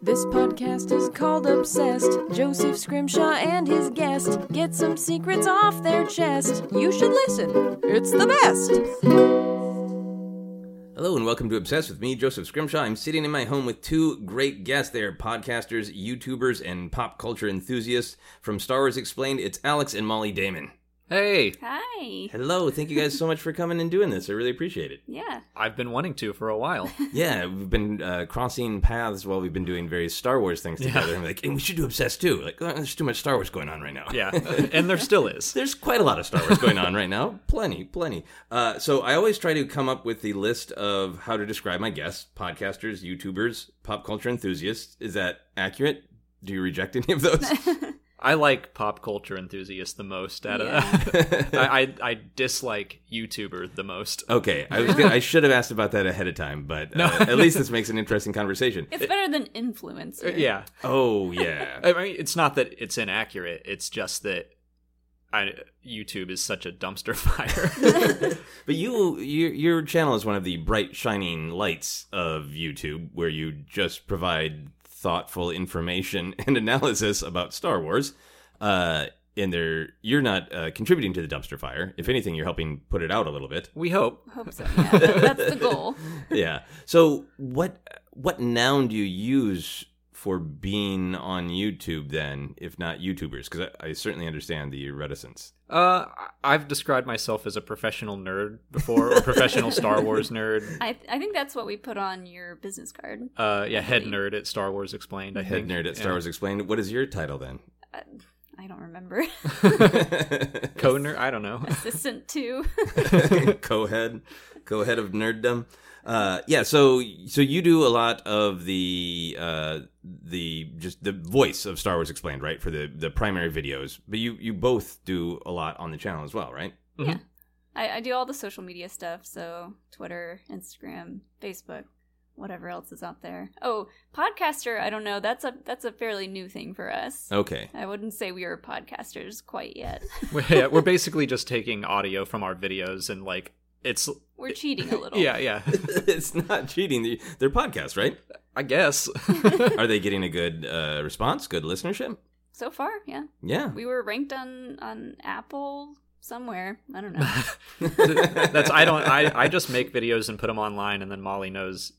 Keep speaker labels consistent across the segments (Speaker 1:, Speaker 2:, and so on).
Speaker 1: This podcast is called Obsessed. Joseph Scrimshaw and his guest get some secrets off their chest. You should listen, it's the best.
Speaker 2: Hello and welcome to Obsessed with me, Joseph Scrimshaw. I'm sitting in my home with two great guests. They are podcasters, YouTubers, and pop culture enthusiasts. From Star Wars Explained, it's Alex and Molly Damon.
Speaker 3: Hey,
Speaker 4: Hi.
Speaker 2: Hello, thank you guys so much for coming and doing this. I really appreciate it.
Speaker 4: Yeah.
Speaker 3: I've been wanting to for a while.
Speaker 2: Yeah, we've been uh, crossing paths while we've been doing various Star Wars things together. I'm like, and we should do Obsessed too. Like, oh, there's too much Star Wars going on right now.
Speaker 3: yeah, and there still is.
Speaker 2: There's quite a lot of Star Wars going on right now. Plenty, plenty. Uh, so I always try to come up with the list of how to describe my guests, podcasters, YouTubers, pop culture enthusiasts. Is that accurate? Do you reject any of those?
Speaker 3: I like pop culture enthusiast the most. At a, I, I I dislike YouTuber the most.
Speaker 2: okay, I was gonna, I should have asked about that ahead of time, but uh, at least this makes an interesting conversation.
Speaker 4: It's better than influencer.
Speaker 3: Uh, Yeah,
Speaker 2: Oh yeah.
Speaker 3: I mean it's not that it's inaccurate. It's just that I YouTube is such a dumpster fire.
Speaker 2: But you, your, your channel is one of the bright shining lights of YouTube, where you just provide thoughtful information and analysis about Star Wars. Uh, and there, you're not uh, contributing to the dumpster fire. If anything, you're helping put it out a little bit.
Speaker 3: we hope.
Speaker 4: Hope so. Yeah. That's the goal.
Speaker 2: yeah. So what what noun do you use for being on YouTube then, if not YouTubers? Because I, I certainly understand the reticence.
Speaker 3: Uh, I- I've described myself as a professional nerd before, or professional Star Wars nerd.
Speaker 4: I, I think that's what we put on your business card.
Speaker 3: Uh, yeah, head nerd at Star Wars Explained. I
Speaker 2: Head
Speaker 3: think
Speaker 2: nerd at Star
Speaker 3: Yeah.
Speaker 2: Wars Explained. What is your title then?
Speaker 4: I don't remember.
Speaker 3: co nerd. I don't know.
Speaker 4: Assistant two.
Speaker 2: co-head co-head of nerddom uh yeah so so you do a lot of the uh the just the voice of star wars explained right for the the primary videos but you you both do a lot on the channel as well right
Speaker 4: I, I do all the social media stuff, so Twitter, Instagram, Facebook, whatever else is out there. Oh, podcaster, I don't know. That's a that's a fairly new thing for us.
Speaker 3: Oh.
Speaker 2: okay
Speaker 4: I wouldn't say we are podcasters quite yet.
Speaker 3: We're- yeah, we're basically just taking audio from our videos and like it's
Speaker 4: We're cheating a little.
Speaker 3: yeah, yeah.
Speaker 2: it's not cheating They- they're podcasts right
Speaker 3: I guess.
Speaker 2: are they getting a good uh response good listenership
Speaker 4: So far, yeah.
Speaker 2: yeah
Speaker 4: We were ranked on on Apple somewhere. I don't know.
Speaker 3: That's I don't I I just make videos and put them online and then Molly knows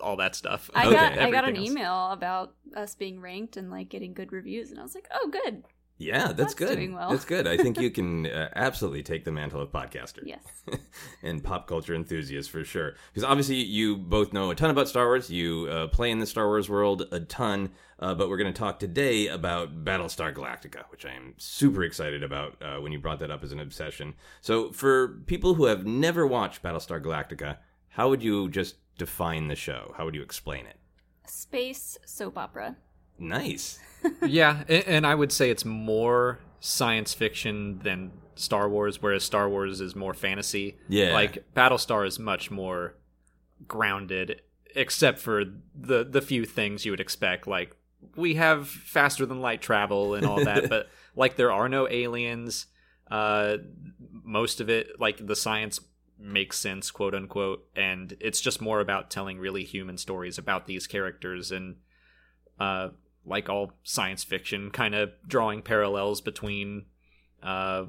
Speaker 3: all that stuff.
Speaker 4: I
Speaker 2: Okay.
Speaker 4: got I got an
Speaker 3: Everything else.
Speaker 4: email about us being ranked and like getting good reviews, and I was like, oh, good,
Speaker 2: yeah that's,
Speaker 4: That's
Speaker 2: good
Speaker 4: doing well.
Speaker 2: that's good i think you can uh, absolutely take the mantle of podcaster
Speaker 4: yes,
Speaker 2: and pop culture enthusiasts for sure. Because obviously, you both know a ton about Star Wars. You uh, play in the Star Wars world a ton. Uh, but we're going to talk today about Battlestar Galactica, which I am super excited about uh, when you brought that up as an obsession. So, for people who have never watched Battlestar Galactica, how would you just define the show? How would you explain it?
Speaker 4: space soap opera.
Speaker 2: Nice.
Speaker 3: Yeah, a- and I would say it's more science fiction than Star Wars whereas Star Wars is more fantasy.
Speaker 2: Yeah.
Speaker 3: Like Battlestar is much more grounded except for the the few things you would expect like we have faster than light travel and all that but like there are no aliens uh most of it like the science makes sense quote unquote and it's just more about telling really human stories about these characters and uh like all science fiction kind of drawing parallels between uh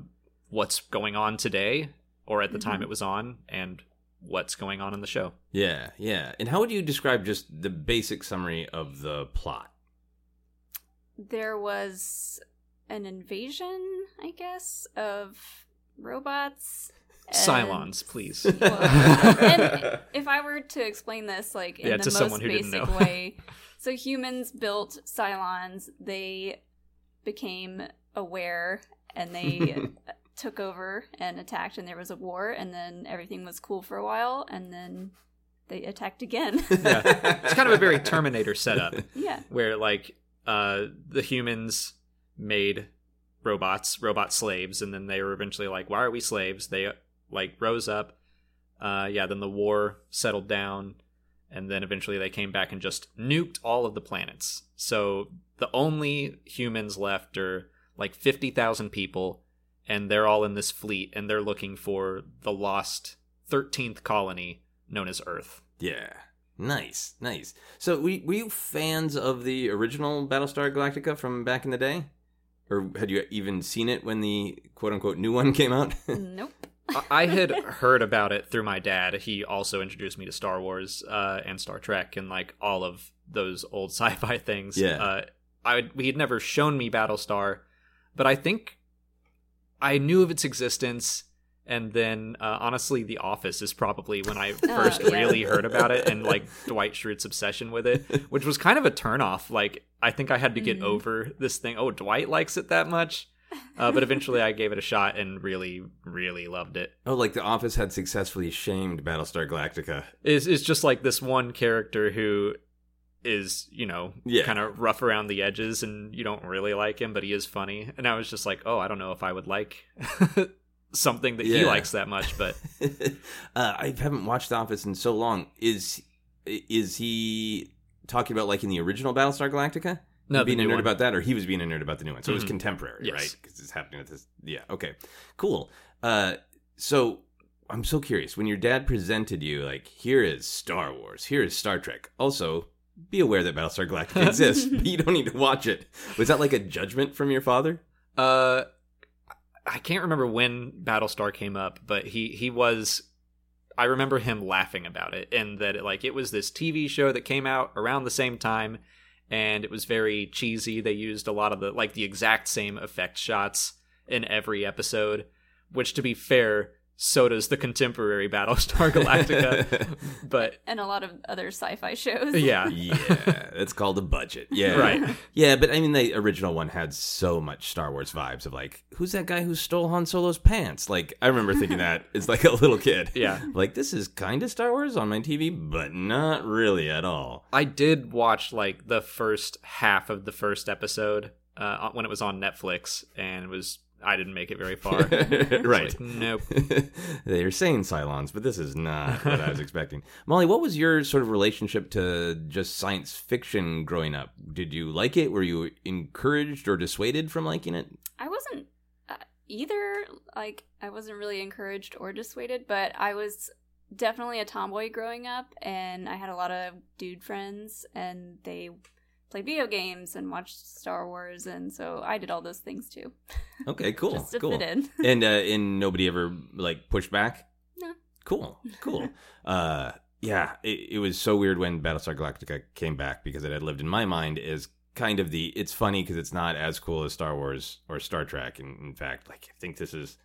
Speaker 3: what's going on today or at the time it was on and what's going on in the show
Speaker 2: Yeah, yeah. And how would you describe just the basic summary of the plot?
Speaker 4: There was an invasion, I guess, of robots. and-
Speaker 3: Cylons, please.
Speaker 4: Well, and if I were to explain this, like in
Speaker 3: Yeah,
Speaker 4: the
Speaker 3: to
Speaker 4: most
Speaker 3: someone who didn't
Speaker 4: basic
Speaker 3: know.
Speaker 4: way, so humans built Cylons. They became aware, and they took over and attacked, and there was a war, and then everything was cool for a while, and then they attacked again.
Speaker 3: It's kind of a very Terminator setup
Speaker 4: yeah,
Speaker 3: where like uh the humans made robots, robot slaves, and then they were eventually like, Why are we slaves? They like rose up. Uh yeah, then the war settled down, and then eventually they came back and just nuked all of the planets. So the only humans left are like fifty thousand people, and they're all in this fleet and they're looking for the lost thirteenth colony known as Earth.
Speaker 2: Yeah. Nice, nice. So, were you, were you fans of the original Battlestar Galactica from back in the day, or had you even seen it when the quote unquote new one came out?
Speaker 4: Nope.
Speaker 3: I- I had heard about it through my dad. He also introduced me to Star Wars uh, and Star Trek and like all of those old sci-fi things.
Speaker 2: Yeah.
Speaker 3: Uh, I would- he had never shown me Battlestar, but I think I knew of its existence. And then, uh, honestly, The Office is probably when I first
Speaker 4: yeah.
Speaker 3: really heard about it and like Dwight Schrute's obsession with it, which was kind of a turnoff. Like, I think I had to get
Speaker 4: Mhm.
Speaker 3: over this thing. Oh, Dwight likes it that much. Uh, but eventually, I gave it a shot and really, really loved it.
Speaker 2: oh, like The Office had successfully shamed Battlestar Galactica.
Speaker 3: is is just like this one character who is you know
Speaker 2: Yeah.
Speaker 3: kind of rough around the edges and you don't really like him but he is funny and i was just like oh i don't know if i would like something that he
Speaker 2: Yeah.
Speaker 3: likes that much but
Speaker 2: uh, I haven't watched The Office in so long. Is is he talking about like in the original Battlestar Galactica?
Speaker 3: no
Speaker 2: being
Speaker 3: the
Speaker 2: a
Speaker 3: new
Speaker 2: nerd
Speaker 3: one.
Speaker 2: about that, or he was being a nerd about the new one. So it was
Speaker 3: Mhm.
Speaker 2: contemporary,
Speaker 3: Yes.
Speaker 2: right? Because it's happening at this. Yeah. Okay. Cool. Uh, so I'm so curious. When your dad presented you, like, here is Star Wars, here is Star Trek. Also, be aware that Battlestar Galactica exists, but you don't need to watch it. Was that like a judgment from your father?
Speaker 3: uh i can't remember when battlestar came up but he he was i remember him laughing about it and that it, like it was this tv show that came out around the same time and it was very cheesy they used a lot of the like the exact same effect shots in every episode which to be fair so does the contemporary battlestar galactica but
Speaker 4: And a lot of other sci-fi shows.
Speaker 3: yeah
Speaker 2: yeah, that's called a budget. Yeah.
Speaker 3: right
Speaker 2: Yeah, but I mean, the original one had so much Star Wars vibes of like, who's that guy who stole Han Solo's pants? Like, I remember thinking that as like a little kid.
Speaker 3: yeah
Speaker 2: Like, this is kind of Star Wars on my TV, but not really at all.
Speaker 3: I did watch like the first half of the first episode uh, when it was on Netflix, and it was I didn't make it very far. It's
Speaker 2: right.
Speaker 3: like, nope.
Speaker 2: They're saying Cylons, but this is not what I was expecting. Molly, what was your sort of relationship to just science fiction growing up? Did you like it? Were you encouraged or dissuaded from liking it?
Speaker 4: I wasn't uh, either. Like, I wasn't really encouraged or dissuaded, but I was definitely a tomboy growing up, and I had a lot of dude friends, and they played video games and watched Star Wars, and so I did all those things too,
Speaker 2: Okay, cool.
Speaker 4: just to
Speaker 2: cool.
Speaker 4: fit in.
Speaker 2: and uh, and nobody ever like pushed back.
Speaker 4: No.
Speaker 2: Cool. Cool. uh, yeah, it, it was so weird when Battlestar Galactica came back because it had lived in my mind as kind of the it's funny because it's not as cool as Star Wars or Star Trek. And in fact, like I think this is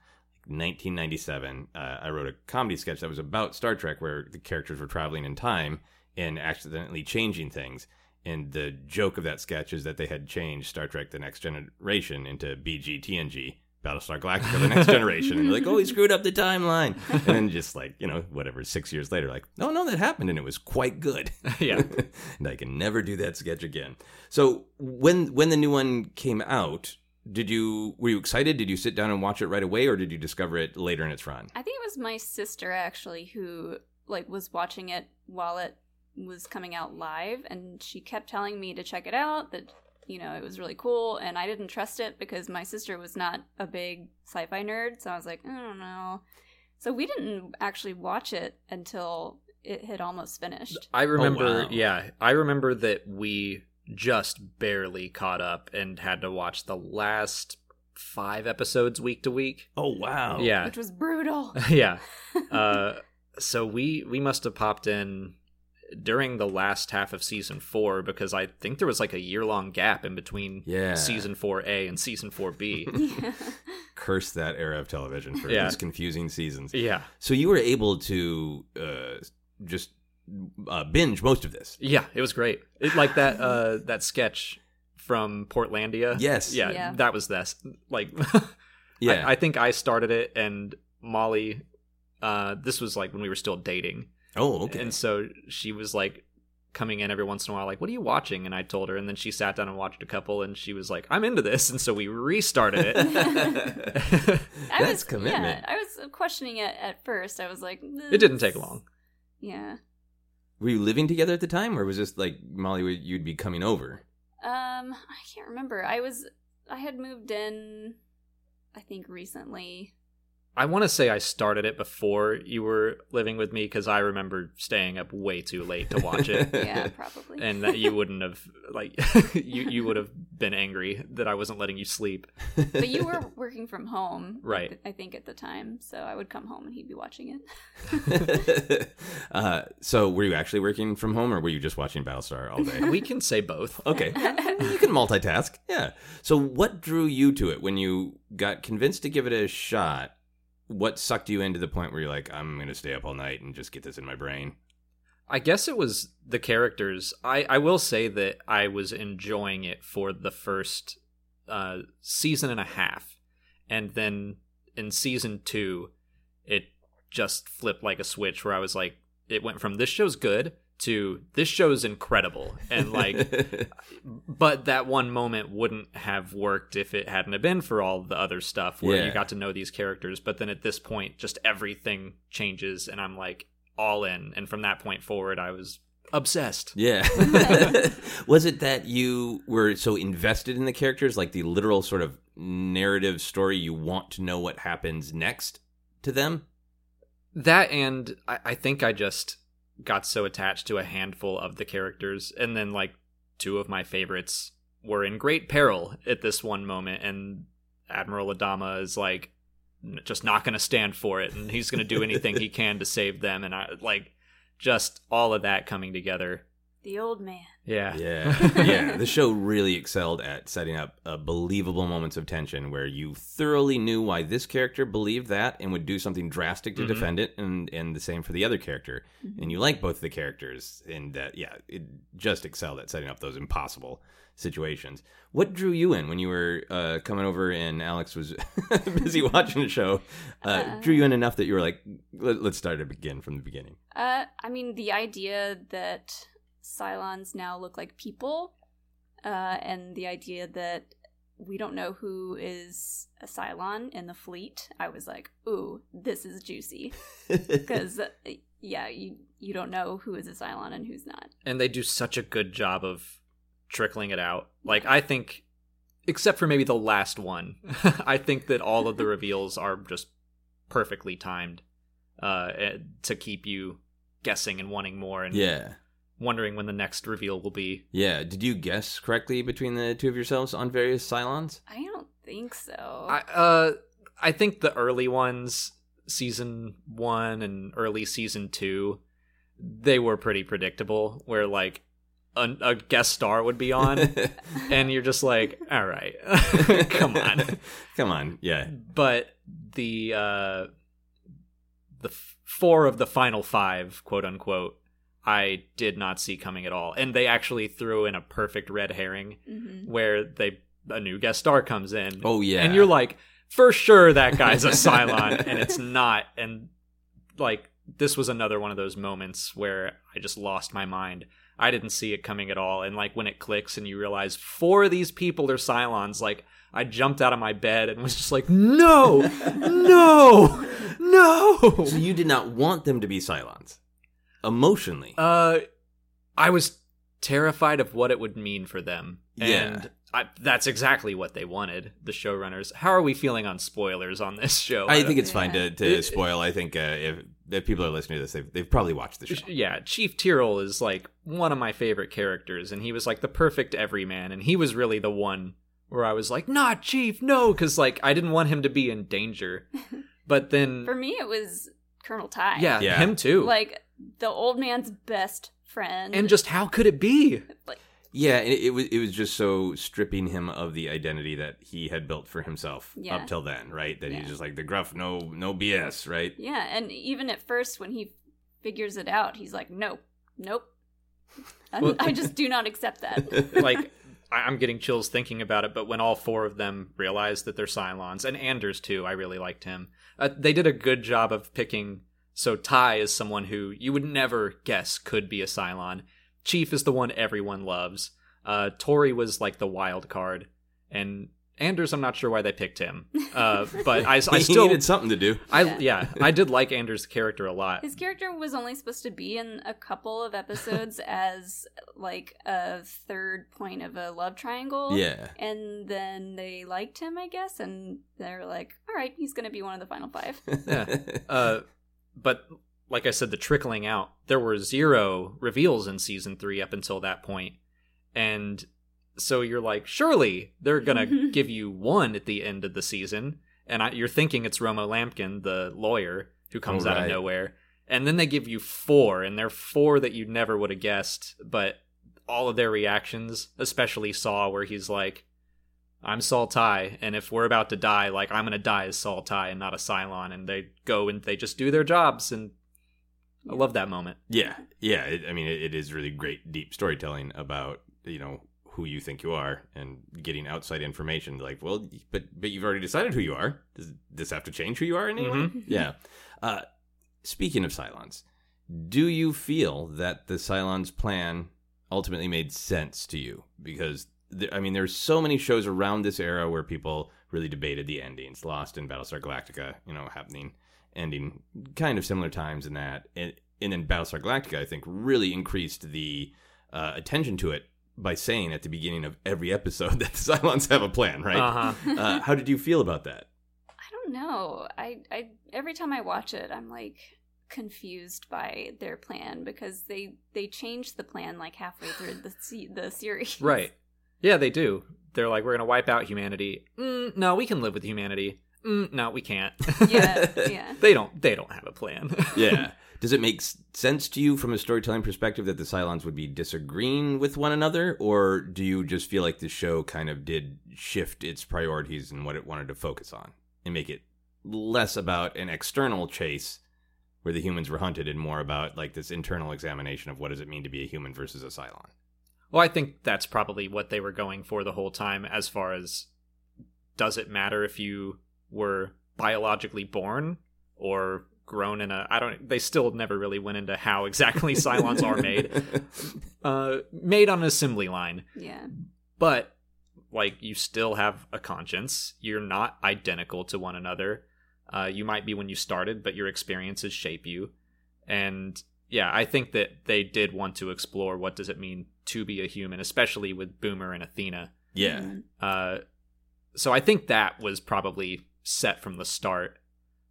Speaker 2: 1997. Uh, I wrote a comedy sketch that was about Star Trek where the characters were traveling in time and accidentally changing things. And the joke of that sketch is that they had changed Star Trek: The Next Generation into BGTNG, Battlestar Galactica: The Next Generation, and they're like, "Oh, we screwed up the timeline." And then just like you know, whatever, six years later, like, "No, no, that happened, and it was quite good."
Speaker 3: yeah.
Speaker 2: and I can never do that sketch again. So when when the new one came out, did you were you excited? Did you sit down and watch it right away, or did you discover it later in its run?
Speaker 4: I think it was my sister actually who like was watching it while it was coming out live and she kept telling me to check it out that you know it was really cool and I didn't trust it because my sister was not a big sci-fi nerd so I was like I don't know. So we didn't actually watch it until it had almost finished.
Speaker 3: I remember.
Speaker 2: Oh, wow.
Speaker 3: Yeah, I remember that we just barely caught up and had to watch the last five episodes week to week.
Speaker 2: Oh wow!
Speaker 3: yeah.
Speaker 4: Which was brutal.
Speaker 3: yeah. Uh, so we we must have popped in during the last half of season four because I think there was like a year long gap in between
Speaker 2: Yeah.
Speaker 3: season four A and season four B.
Speaker 4: yeah.
Speaker 2: Curse that era of television for
Speaker 3: Yeah.
Speaker 2: those confusing seasons.
Speaker 3: yeah,
Speaker 2: So you were able to uh, just uh, binge most of this.
Speaker 3: yeah, it was great. It, like that uh, that sketch from Portlandia.
Speaker 2: Yes.
Speaker 3: Uh, yeah,
Speaker 4: Yeah.
Speaker 3: that was this. Like,
Speaker 2: Yeah.
Speaker 3: I, I think I started it and Molly. Uh, this was like when we were still dating.
Speaker 2: oh, okay.
Speaker 3: And so she was like coming in every once in a while, like, "What are you watching?" And I told her, and then she sat down and watched a couple, and she was like, "I'm into this," and so we restarted it.
Speaker 4: I
Speaker 2: That's
Speaker 4: was,
Speaker 2: commitment.
Speaker 4: Yeah, I was questioning it at first. I was like
Speaker 3: it didn't take long.
Speaker 4: Yeah.
Speaker 2: Were you living together at the time, or was this like Molly? would- You'd be coming over.
Speaker 4: Um, I can't remember. I was I had moved in I think recently.
Speaker 3: I want to say I started it before you were living with me because I remember staying up way too late to watch it.
Speaker 4: Yeah, probably.
Speaker 3: and that you wouldn't have like you you would have been angry that I wasn't letting you sleep.
Speaker 4: but you were working from home,
Speaker 3: Right.
Speaker 4: I think at the time, so I would come home and he'd be watching it.
Speaker 2: uh, so were you actually working from home or were you just watching Battlestar all day?
Speaker 3: We can say both.
Speaker 2: Okay. you can multitask. Yeah. So what drew you to it when you got convinced to give it a shot? What sucked you into the point where you're like, I'm going to stay up all night and just get this in my brain?
Speaker 3: I guess it was the characters. I I will say that I was enjoying it for the first uh season and a half. And then in season 2 it just flipped like a switch where I was like it went from this show's good to this show's incredible and like but that one moment wouldn't have worked if it hadn't have been for all the other stuff where
Speaker 2: Yeah.
Speaker 3: you got to know these characters but then at this point just everything changes and i'm like all in and from that point forward i was obsessed
Speaker 2: Yeah. was it that you were so invested in the characters, like the literal sort of narrative story, you want to know what happens next to them?
Speaker 3: that and I, I think i just got so attached to a handful of the characters and then like two of my favorites were in great peril at this one moment and admiral adama is like n- just not going to stand for it and he's going to do anything he can to save them and i like just all of that coming together
Speaker 4: The old man.
Speaker 3: yeah
Speaker 2: Yeah. yeah. The show really excelled at setting up uh, believable moments of tension where you thoroughly knew why this character believed that and would do something drastic to
Speaker 4: Mm-hmm.
Speaker 3: Mhm.
Speaker 2: defend it, and, and the same for the other character. And you like both the characters, and that, yeah, it just excelled at setting up those impossible situations. What drew you in when you were uh, coming over and Alex was busy watching the show? Uh,
Speaker 4: Uh.
Speaker 2: drew you in enough that you were like, Let, let's start it again from the beginning.
Speaker 4: Uh, I mean, the idea that Cylons now look like people, uh, and the idea that we don't know who is a Cylon in the fleet, I was like, ooh, this is juicy. Because, uh, yeah, you, you don't know who is a Cylon and who's not.
Speaker 3: and they do such a good job of trickling it out. Like I think, except for maybe the last one, I think that all of the reveals are just perfectly timed uh, eh, to keep you guessing and wanting more and
Speaker 2: yeah.
Speaker 3: wondering when the next reveal will be.
Speaker 2: Yeah, did you guess correctly between the two of yourselves on various Cylons?
Speaker 4: I don't think so.
Speaker 3: I uh, I think the early ones, season one and early season two, they were pretty predictable. Where like. A, a guest star would be on, and you're just like, all right, come on.
Speaker 2: Come on. Yeah.
Speaker 3: but the uh the f- four of the final five quote unquote i did not see coming at all and they actually threw in a perfect red herring
Speaker 4: hmm
Speaker 3: where they a new guest star comes in
Speaker 2: Oh yeah.
Speaker 3: and you're like for sure that guy's a cylon and it's not and like this was another one of those moments where i just lost my mind i didn't see it coming at all and like when it clicks and you realize four of these people are cylons like i jumped out of my bed and was just like no no no
Speaker 2: So you did not want them to be Cylons. Emotionally.
Speaker 3: uh i was terrified of what it would mean for them and
Speaker 2: Yeah.
Speaker 3: I, that's exactly what they wanted the showrunners how are we feeling on spoilers on this show
Speaker 2: I
Speaker 3: don't-
Speaker 2: think it's fine to, to
Speaker 3: It-
Speaker 2: spoil. I think uh, if, if people are listening to this, they've, they've probably watched the show.
Speaker 3: yeah, Chief Tyrrell is like one of my favorite characters, and he was like the perfect everyman, and he was really the one where I was like, "Not Chief, no," because like I didn't want him to be in danger. But then,
Speaker 4: For me, it was Colonel Ty.
Speaker 3: yeah,
Speaker 2: Yeah.
Speaker 3: him too.
Speaker 4: Like, the old man's best friend.
Speaker 3: and just how could it be?
Speaker 4: like,
Speaker 2: Yeah, and it, it was it was just so stripping him of the identity that he had built for himself
Speaker 4: Yeah.
Speaker 2: up till then, right? That
Speaker 4: Yeah.
Speaker 2: he's just like the gruff, no no BS, right?
Speaker 4: Yeah, and even at first, when he figures it out, he's like, "Nope, nope, I-
Speaker 3: Well-
Speaker 4: I just do not accept that."
Speaker 3: Like I- I'm getting chills thinking about it. But when all four of them realize that they're Cylons, and Anders too, I really liked him. Uh, they did a good job of picking. So Ty is someone who you would never guess could be a Cylon. Chief is the one everyone loves. Uh, Tori was like the wild card, and Anders, I'm not sure why they picked him, uh, but I, I
Speaker 2: He
Speaker 3: still,
Speaker 2: needed something to do.
Speaker 3: I
Speaker 4: Yeah.
Speaker 3: yeah. I did like Anders' character a lot.
Speaker 4: His character was only supposed to be in a couple of episodes as like a third point of a love triangle.
Speaker 2: Yeah.
Speaker 4: And then they liked him, I guess, and they're like, all right, he's going to be one of the final five.
Speaker 3: Uh, but like I said, the trickling out, there were zero reveals in season three up until that point, and so you're like, surely they're gonna give you one at the end of the season, and I, you're thinking it's Romo Lampkin, the lawyer who comes
Speaker 2: Oh,
Speaker 3: out
Speaker 2: right.
Speaker 3: of nowhere, and then they give you four, and they're four that you never would have guessed, but all of their reactions, especially Saw, where he's like. I'm Saul Tai, and if we're about to die, like I'm gonna die as Saul Tai and not a Cylon, and they go and they just do their jobs, and I love that moment.
Speaker 2: Yeah, yeah. It, I mean, it, it is really great, deep storytelling about you know who you think you are and getting outside information. Like, well, but but you've already decided who you are. Does this have to change who you are anyway?
Speaker 3: Mhm.
Speaker 2: Yeah. Uh, speaking of Cylons, do you feel that the Cylons' plan ultimately made sense to you? Because there, I mean, there's so many shows around this era where people really debated the endings. Lost in Battlestar Galactica, you know, happening ending kind of similar times in that, and, and then Battlestar Galactica, I think, really increased the uh, attention to it by saying at the beginning of every episode that the Cylons have a plan, right?
Speaker 3: Uh-huh.
Speaker 2: uh how did you feel about that?
Speaker 4: I don't know. I, I every time I watch it, I'm like confused by their plan because they they changed the plan like halfway through the se- the series.
Speaker 3: Right? Yeah, they do. They're like, we're gonna wipe out humanity. Mm, no, we can live with humanity. Mm, no, we can't.
Speaker 4: Yeah. Yeah.
Speaker 3: they don't. They don't have a plan.
Speaker 2: Yeah. Does it make s- sense to you from a storytelling perspective that the Cylons would be disagreeing with one another, or do you just feel like the show kind of did shift its priorities and what it wanted to focus on and make it less about an external chase where the humans were hunted and more about like this internal examination of what does it mean to be a human versus a Cylon?
Speaker 3: Well, I think that's probably what they were going for the whole time, as far as does it matter if you were biologically born or grown in a. I don't. They still never really went into how exactly Cylons are made. Uh, made on an assembly line.
Speaker 4: Yeah.
Speaker 3: But, like, you still have a conscience. You're not identical to one another. Uh, you might be when you started, but your experiences shape you. And yeah, I think that they did want to explore what does it mean to be a human, especially with Boomer and Athena.
Speaker 2: Yeah.
Speaker 3: Uh, so I think that was probably set from the start.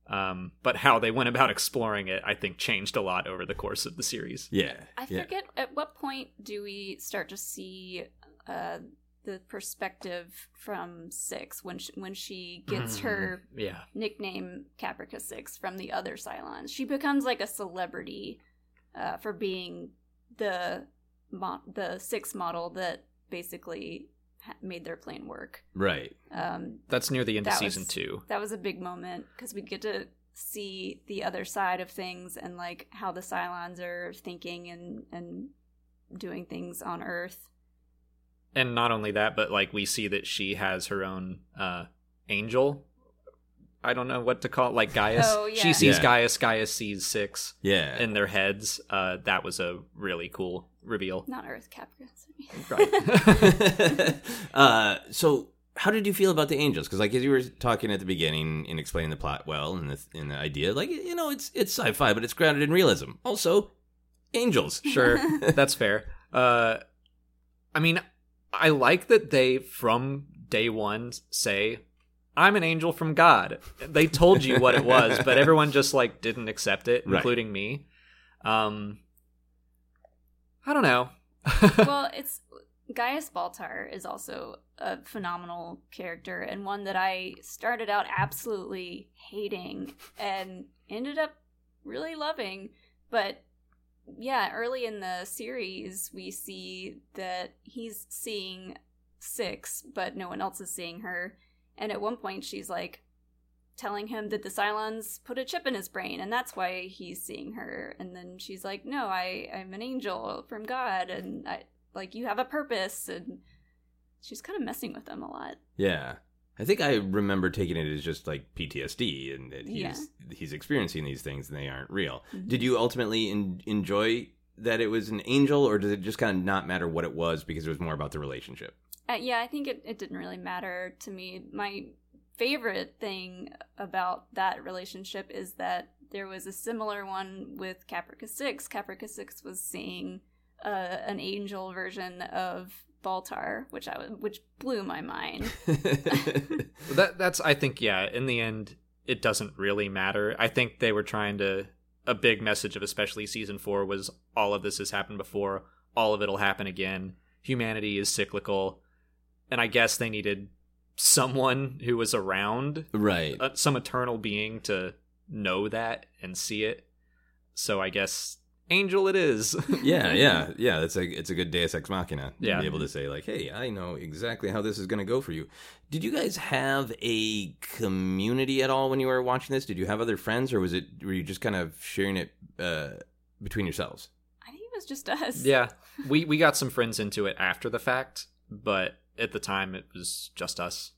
Speaker 3: Um, but how they went about exploring it, I think, changed a lot over the course of the series.
Speaker 2: Yeah.
Speaker 4: I
Speaker 2: yeah.
Speaker 4: forget at what point do we start to see uh, the perspective from Six when she, when she
Speaker 3: Mm.
Speaker 4: gets her
Speaker 3: Yeah.
Speaker 4: nickname Caprica Six from the other Cylons. She becomes like a celebrity uh, for being the mo- the Six model that basically ha- made their plan work.
Speaker 2: Right.
Speaker 4: Um,
Speaker 3: That's near the end of
Speaker 4: That was-
Speaker 3: season two.
Speaker 4: that was a big moment because we get to see the other side of things and like how the Cylons are thinking and and doing things on Earth.
Speaker 3: and not only that but like we see that she has her own uh angel i don't know what to call it like gaius
Speaker 4: Oh, yeah.
Speaker 3: she sees
Speaker 2: Yeah.
Speaker 3: gaius gaius sees six
Speaker 2: Yeah.
Speaker 3: in their heads uh that was a really cool reveal
Speaker 4: Not Earth, Capricorn.
Speaker 3: right
Speaker 2: uh, so how did you feel about the angels? Because like as you were talking at the beginning and explaining the plot well and the and the idea, like you know, it's it's sci-fi, but it's grounded in realism. Also, angels.
Speaker 3: sure that's fair uh i mean i like that they from day one say i'm an angel from god they told you what it was but everyone just like didn't accept it
Speaker 2: Right.
Speaker 3: including me um i don't know
Speaker 4: well, it's Gaius Baltar is also a phenomenal character and one that I started out absolutely hating and ended up really loving. But yeah, early in the series, we see that he's seeing Six, but no one else is seeing her. And at one point, she's like telling him that the Cylons put a chip in his brain, and that's why he's seeing her. And then she's like, "No, I, I'm an angel from God, and I like you have a purpose." And she's kind of messing with them a lot.
Speaker 2: Yeah. I think I remember taking it as just like PTSD and that he's
Speaker 4: Yeah.
Speaker 2: he's experiencing these things and they aren't real.
Speaker 4: Mhm.
Speaker 2: Did you ultimately en- enjoy that it was an angel, or does it just kind of not matter what it was because it was more about the relationship?
Speaker 4: Uh, yeah, I think it, it didn't really matter to me. My favorite thing about that relationship is that there was a similar one with Caprica 6. Caprica 6 was seeing uh, an angel version of Baltar, which I was, which blew my mind.
Speaker 3: That that's I think yeah. In the end, it doesn't really matter. I think they were trying to a big message of especially season four was all of this has happened before. All of it'll happen again. Humanity is cyclical, and I guess they needed someone who was around,
Speaker 2: right.
Speaker 3: uh, some eternal being to know that and see it. So I guess angel it is.
Speaker 2: yeah, yeah, yeah. That's a it's a good Deus Ex Machina.
Speaker 3: Yeah.
Speaker 2: to be able to say like, hey, I know exactly how this is going to go for you. Did you guys have a community at all when you were watching this? Did you have other friends, or was it were you just kind of sharing it uh, between yourselves?
Speaker 4: I think it was just us.
Speaker 3: yeah, we we got some friends into it after the fact, but at the time it was just us.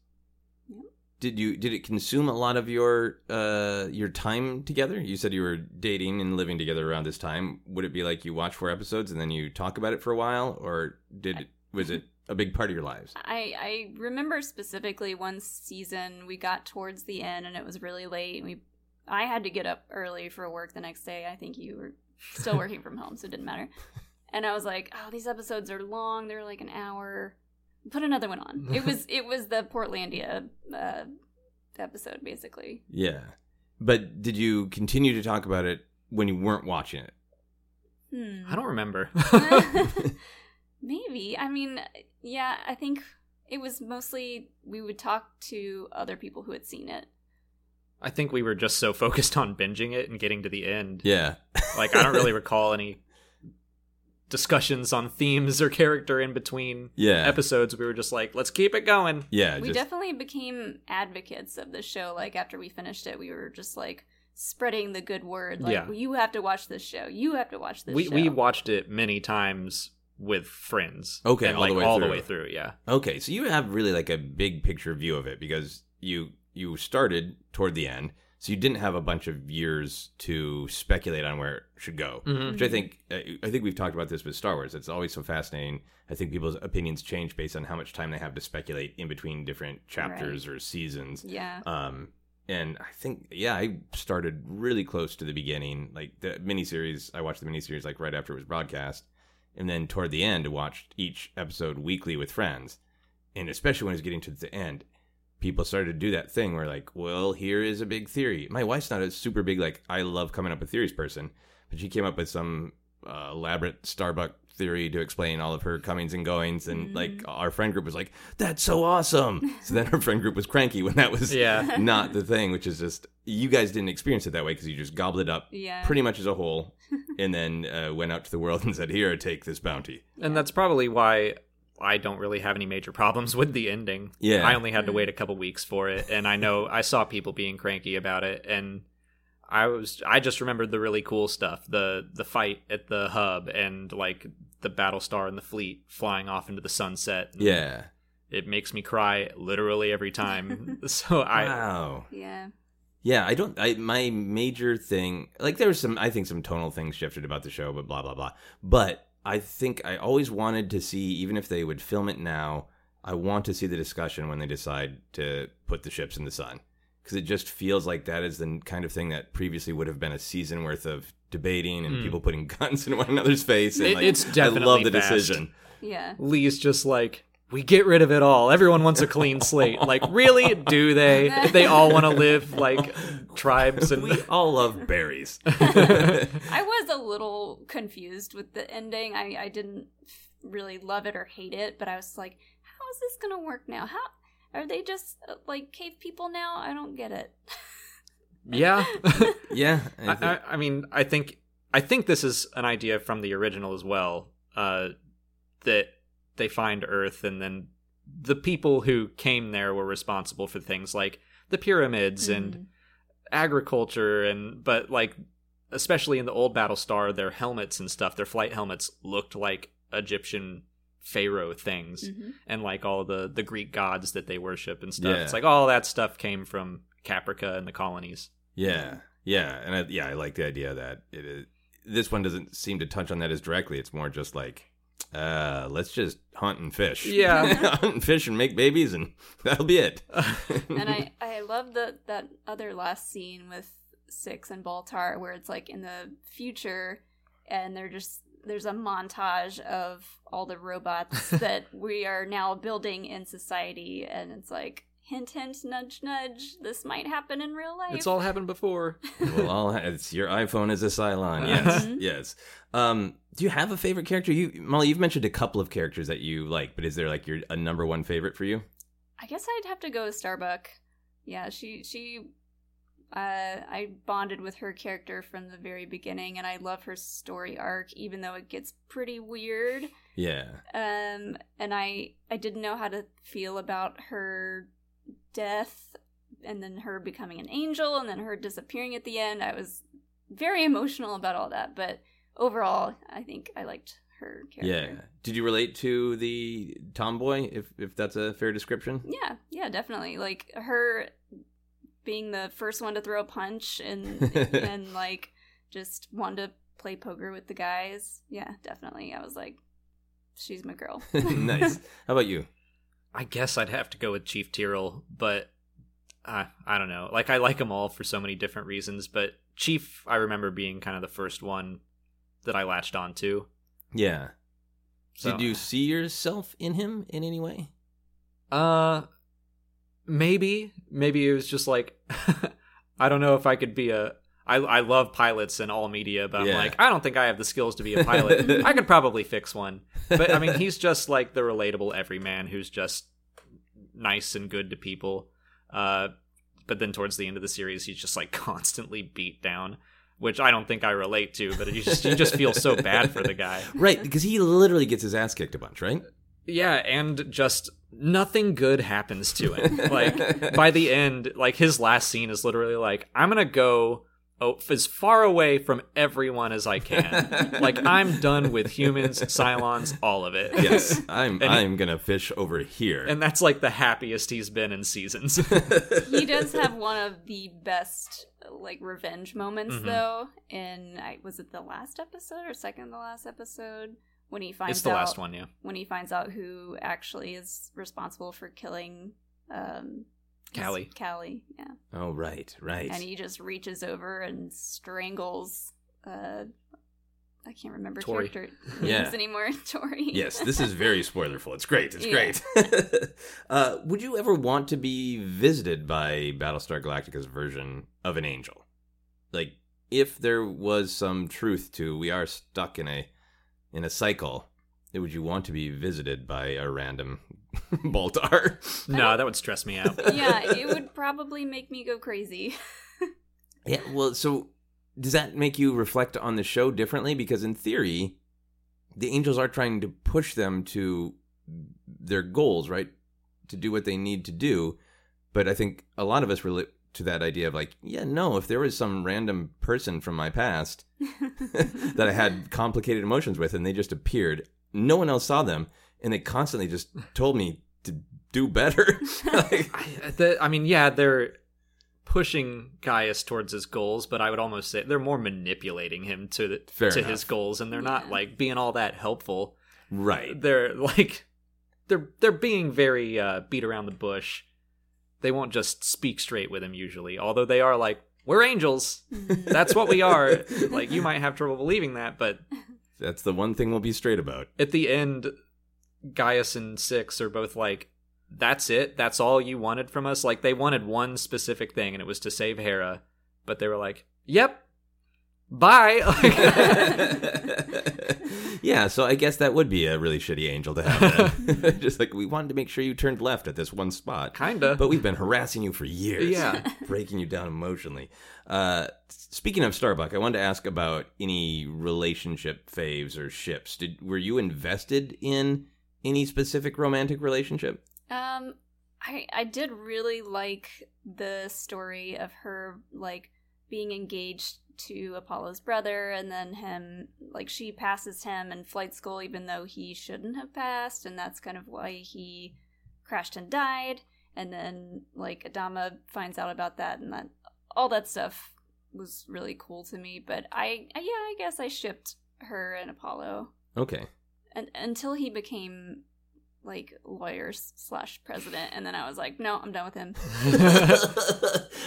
Speaker 2: Did you did it consume a lot of your uh, your time together? You said you were dating and living together around this time. Would it be like you watch four episodes and then you talk about it for a while, or did it, was it a big part of your lives?
Speaker 4: I, I remember specifically one season we got towards the end and it was really late and we I had to get up early for work the next day. I think you were still working from home, so it didn't matter. And I was like, Oh, these episodes are long, they're like an hour. Put another one on. It was it was the Portlandia uh, episode basically.
Speaker 2: Yeah. But did you continue to talk about it when you weren't watching it?
Speaker 4: Hmm.
Speaker 3: I don't remember.
Speaker 4: Maybe. I mean, yeah, I think it was mostly we would talk to other people who had seen it.
Speaker 3: I think we were just so focused on binging it and getting to the end.
Speaker 2: Yeah.
Speaker 3: Like I don't really recall any discussions on themes or character in between
Speaker 2: Yeah.
Speaker 3: episodes. We were just like, let's keep it going.
Speaker 2: yeah.
Speaker 4: we
Speaker 2: just,
Speaker 4: definitely became advocates of the show. Like after we finished it, we were just like spreading the good word. Like
Speaker 3: Yeah.
Speaker 4: "Well, you have to watch this show. You have to watch this.
Speaker 3: we
Speaker 4: show.
Speaker 3: we watched it many times with friends.
Speaker 2: Okay,
Speaker 3: And,
Speaker 2: all
Speaker 3: like
Speaker 2: the way
Speaker 3: all the
Speaker 2: through.
Speaker 3: way through. Yeah,
Speaker 2: okay. So you have really like a big picture view of it because you you started toward the end, so you didn't have a bunch of years to speculate on where it should go. Which
Speaker 4: Mm-hmm.
Speaker 2: I think uh, I think we've talked about this with Star Wars. It's always so fascinating. I think people's opinions change based on how much time they have to speculate in between different chapters or seasons.
Speaker 4: Yeah.
Speaker 2: Um, and I think, yeah, I started really close to the beginning. Like the miniseries, I watched the miniseries like right after it was broadcast, and then toward the end, I watched each episode weekly with friends. And especially when it was getting to the end, people started to do that thing where like, well, here is a big theory. My wife's not a super big like I love coming up with theories person, but she came up with some uh, elaborate Starbuck theory to explain all of her comings and goings, and like our friend group was like, "That's so awesome!" So then our friend group was cranky when that was
Speaker 3: Yeah.
Speaker 2: not the thing, which is just you guys didn't experience it that way because you just gobbled it up
Speaker 4: Yeah.
Speaker 2: pretty much as a whole, and then uh, went out to the world and said, "Here, take this bounty."
Speaker 3: and that's probably why I don't really have any major problems with the ending.
Speaker 2: Yeah.
Speaker 3: I only had to wait a couple weeks for it, and I know I saw people being cranky about it, and I was I just remembered the really cool stuff the the fight at the hub and like the Battlestar and the fleet flying off into the sunset.
Speaker 2: Yeah.
Speaker 3: it makes me cry literally every time. so I
Speaker 2: wow.
Speaker 4: yeah.
Speaker 2: Yeah, I don't. I my major thing, like there was some, I think some tonal things shifted about the show, but blah blah blah. But I think I always wanted to see, even if they would film it now, I want to see the discussion when they decide to put the ships in the sun, because it just feels like that is the kind of thing that previously would have been a season worth of debating and
Speaker 3: Mm.
Speaker 2: people putting guns in one another's face. And
Speaker 3: It-
Speaker 2: like,
Speaker 3: it's
Speaker 2: I love
Speaker 3: definitely
Speaker 2: the
Speaker 3: fast.
Speaker 2: decision.
Speaker 4: Yeah.
Speaker 3: Lee's just like, we get rid of it all. Everyone wants a clean slate. Like, really? Do they? They all want to live like tribes and
Speaker 2: We all love berries.
Speaker 4: I was a little confused with the ending. I, I didn't really love it or hate it, but I was like, how is this going to work now? How are they just uh, like cave people now? I don't get it.
Speaker 3: yeah.
Speaker 2: yeah,
Speaker 3: I,
Speaker 2: think-
Speaker 3: I, I mean, I think I think this is an idea from the original as well. Uh, that they find Earth, and then the people who came there were responsible for things like the pyramids
Speaker 4: Mm-hmm.
Speaker 3: and agriculture and but like especially in the old Battlestar, their helmets and stuff, their flight helmets looked like Egyptian pharaoh things
Speaker 4: Mhm.
Speaker 3: and like all the the Greek gods that they worship and stuff.
Speaker 2: Yeah.
Speaker 3: It's like all that stuff came from Caprica and the colonies.
Speaker 2: Yeah, yeah, and I, yeah, I like the idea that it is this one doesn't seem to touch on that as directly. It's more just like, uh, let's just hunt and fish.
Speaker 3: Yeah.
Speaker 2: hunt and fish and make babies, and that'll be it.
Speaker 4: and I I love the that other last scene with Six and Baltar where it's like in the future and they're just there's a montage of all the robots that we are now building in society and it's like hint hint nudge nudge this might happen in real life.
Speaker 3: It's all happened before.
Speaker 2: well, all it's your iPhone is a Cylon. Yes,
Speaker 4: Mhm.
Speaker 2: yes. Um, do you have a favorite character? You, Molly, you've mentioned a couple of characters that you like, but is there like your a number one favorite for you?
Speaker 4: I guess I'd have to go with Starbuck. Yeah, she she uh I bonded with her character from the very beginning and I love her story arc even though it gets pretty weird.
Speaker 2: Yeah.
Speaker 4: Um and I I didn't know how to feel about her death and then her becoming an angel and then her disappearing at the end. I was very emotional about all that, but overall I think I liked her
Speaker 2: Yeah.
Speaker 4: character.
Speaker 2: Did you relate to the tomboy, if if that's a fair description?
Speaker 4: Yeah, yeah, definitely. Like her being the first one to throw a punch and and like just wanted to play poker with the guys. Yeah, definitely. I was like, she's my girl.
Speaker 2: nice. How about you?
Speaker 3: I guess I'd have to go with Chief Tyrrell, but uh, I don't know. Like I like them all for so many different reasons, but Chief I remember being kind of the first one that I latched onto.
Speaker 2: Yeah.
Speaker 3: So,
Speaker 2: Did you see yourself in him in any way?
Speaker 3: Uh, maybe, maybe it was just like I don't know if I could be a. I I love pilots in all media, but I'm
Speaker 2: Yeah.
Speaker 3: like I don't think I have the skills to be a pilot. I could probably fix one, but I mean he's just like the relatable everyman who's just nice and good to people. Uh, but then towards the end of the series, he's just like constantly beat down. Which I don't think I relate to, but you just you just feel so bad for the guy.
Speaker 2: Right, because he literally gets his ass kicked a bunch, right?
Speaker 3: Yeah, and just nothing good happens to him. like by the end, like his last scene is literally like, I'm gonna go oh, as far away from everyone as I can. like I'm done with humans, Cylons, all of it.
Speaker 2: Yes, I'm.
Speaker 3: he-
Speaker 2: I'm gonna fish over here.
Speaker 3: And that's like the happiest he's been in seasons.
Speaker 4: he does have one of the best like revenge moments
Speaker 3: Mhm.
Speaker 4: though. In I was it the last episode or second to last episode when he finds
Speaker 3: it's the
Speaker 4: out
Speaker 3: last one, yeah.
Speaker 4: when he finds out who actually is responsible for killing um
Speaker 3: Callie.
Speaker 4: Callie, yeah.
Speaker 2: oh, right, right.
Speaker 4: and he just reaches over and strangles uh I can't remember
Speaker 3: Tori.
Speaker 4: character
Speaker 2: Yeah.
Speaker 4: names anymore. Tori.
Speaker 2: yes, this is very spoilerful. It's great. It's
Speaker 4: Yeah.
Speaker 2: great. uh, would you ever want to be visited by Battlestar Galactica's version of an angel? Like, if there was some truth to we are stuck in a in a cycle, would you want to be visited by a random Baltar?
Speaker 3: No, that would stress me out.
Speaker 4: yeah, it would probably make me go crazy.
Speaker 2: Yeah, well, so does that make you reflect on the show differently? Because in theory, the angels are trying to push them to their goals, right? To do what they need to do. But I think a lot of us relate to that idea of like, yeah, no, if there was some random person from my past that I had complicated emotions with and they just appeared, no one else saw them, and they constantly just told me to do better. Like,
Speaker 3: I- the, I mean, yeah, they're pushing Gaius towards his goals, but I would almost say they're more manipulating him to the,
Speaker 2: Fair
Speaker 3: to
Speaker 2: enough.
Speaker 3: his goals, and they're not
Speaker 4: Yeah.
Speaker 3: like being all that helpful.
Speaker 2: right.
Speaker 3: They're like they're they're being very uh, beat around the bush. They won't just speak straight with him usually, although they are like we're angels.
Speaker 4: Hmm.
Speaker 3: That's what we are. like you might have trouble believing that, but
Speaker 2: That's the one thing we'll be straight about.
Speaker 3: at the end, Gaius and Six are both like, "That's it. That's all you wanted from us." Like they wanted one specific thing, and it was to save Hera, but they were like, "Yep, bye."
Speaker 2: yeah, so I guess that would be a really shitty angel to have. Then. Just like we wanted to make sure you turned left at this one spot,
Speaker 3: Kinda.
Speaker 2: but we've been harassing you for years,
Speaker 3: Yeah.
Speaker 2: breaking you down emotionally. Uh, speaking of Starbuck, I wanted to ask about any relationship faves or ships. Did were you invested in any specific romantic relationship?
Speaker 4: Um, I I did really like the story of her like being engaged to Apollo's brother, and then him like she passes him in flight school, even though he shouldn't have passed, and that's kind of why he crashed and died. And then like Adama finds out about that, and that all that stuff was really cool to me. But I, I yeah, I guess I shipped her and Apollo
Speaker 2: Okay.
Speaker 4: and, until he became like lawyer slash president, and then I was like, no, I'm done with him.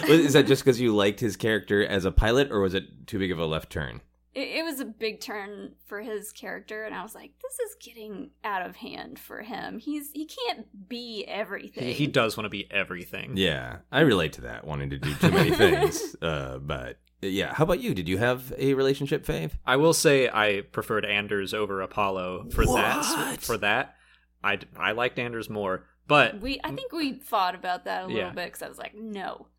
Speaker 2: Is that just because you liked his character as a pilot, or was it too big of a left turn?
Speaker 4: It, it was a big turn for his character, and I was like, this is getting out of hand for him. He's he can't be everything.
Speaker 3: He, he does want to be everything.
Speaker 2: Yeah, I relate to that, wanting to do too many things. Uh, but yeah, how about you? Did you have a relationship, Fave?
Speaker 3: I will say I preferred Anders over Apollo for that.
Speaker 2: What?
Speaker 3: For that, I I liked Anders more, but
Speaker 4: We, I think we fought about that a little
Speaker 3: Mm. Yeah.
Speaker 4: bit because I was like, no,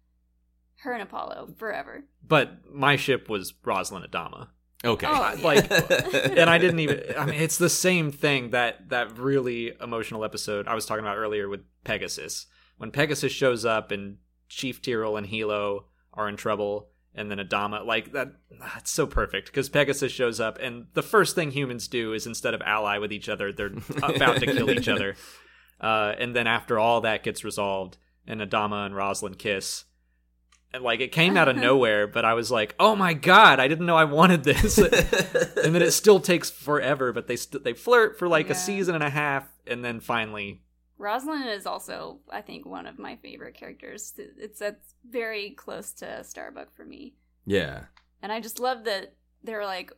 Speaker 4: her and Apollo forever.
Speaker 3: but my ship was Rosalind Adama.
Speaker 2: Okay.
Speaker 4: Oh,
Speaker 3: Like, and I didn't even. I mean, it's the same thing that that really emotional episode I was talking about earlier with Pegasus. When Pegasus shows up and Chief Tyrrell and Hilo are in trouble, and then Adama, like that, that's so perfect because Pegasus shows up, and the first thing humans do is instead of ally with each other, they're about to kill each other. Uh, and then after all that gets resolved, and Adama and Rosalind kiss. And like it came out of nowhere, but I was like, "Oh my god, I didn't know I wanted this." and then it still takes forever, but they st- they flirt for like
Speaker 4: Yeah.
Speaker 3: a season and a half, and then finally,
Speaker 4: Rosalind is also, I think, one of my favorite characters. It's that's very close to Starbuck for me,
Speaker 2: yeah.
Speaker 4: and I just love that they were like,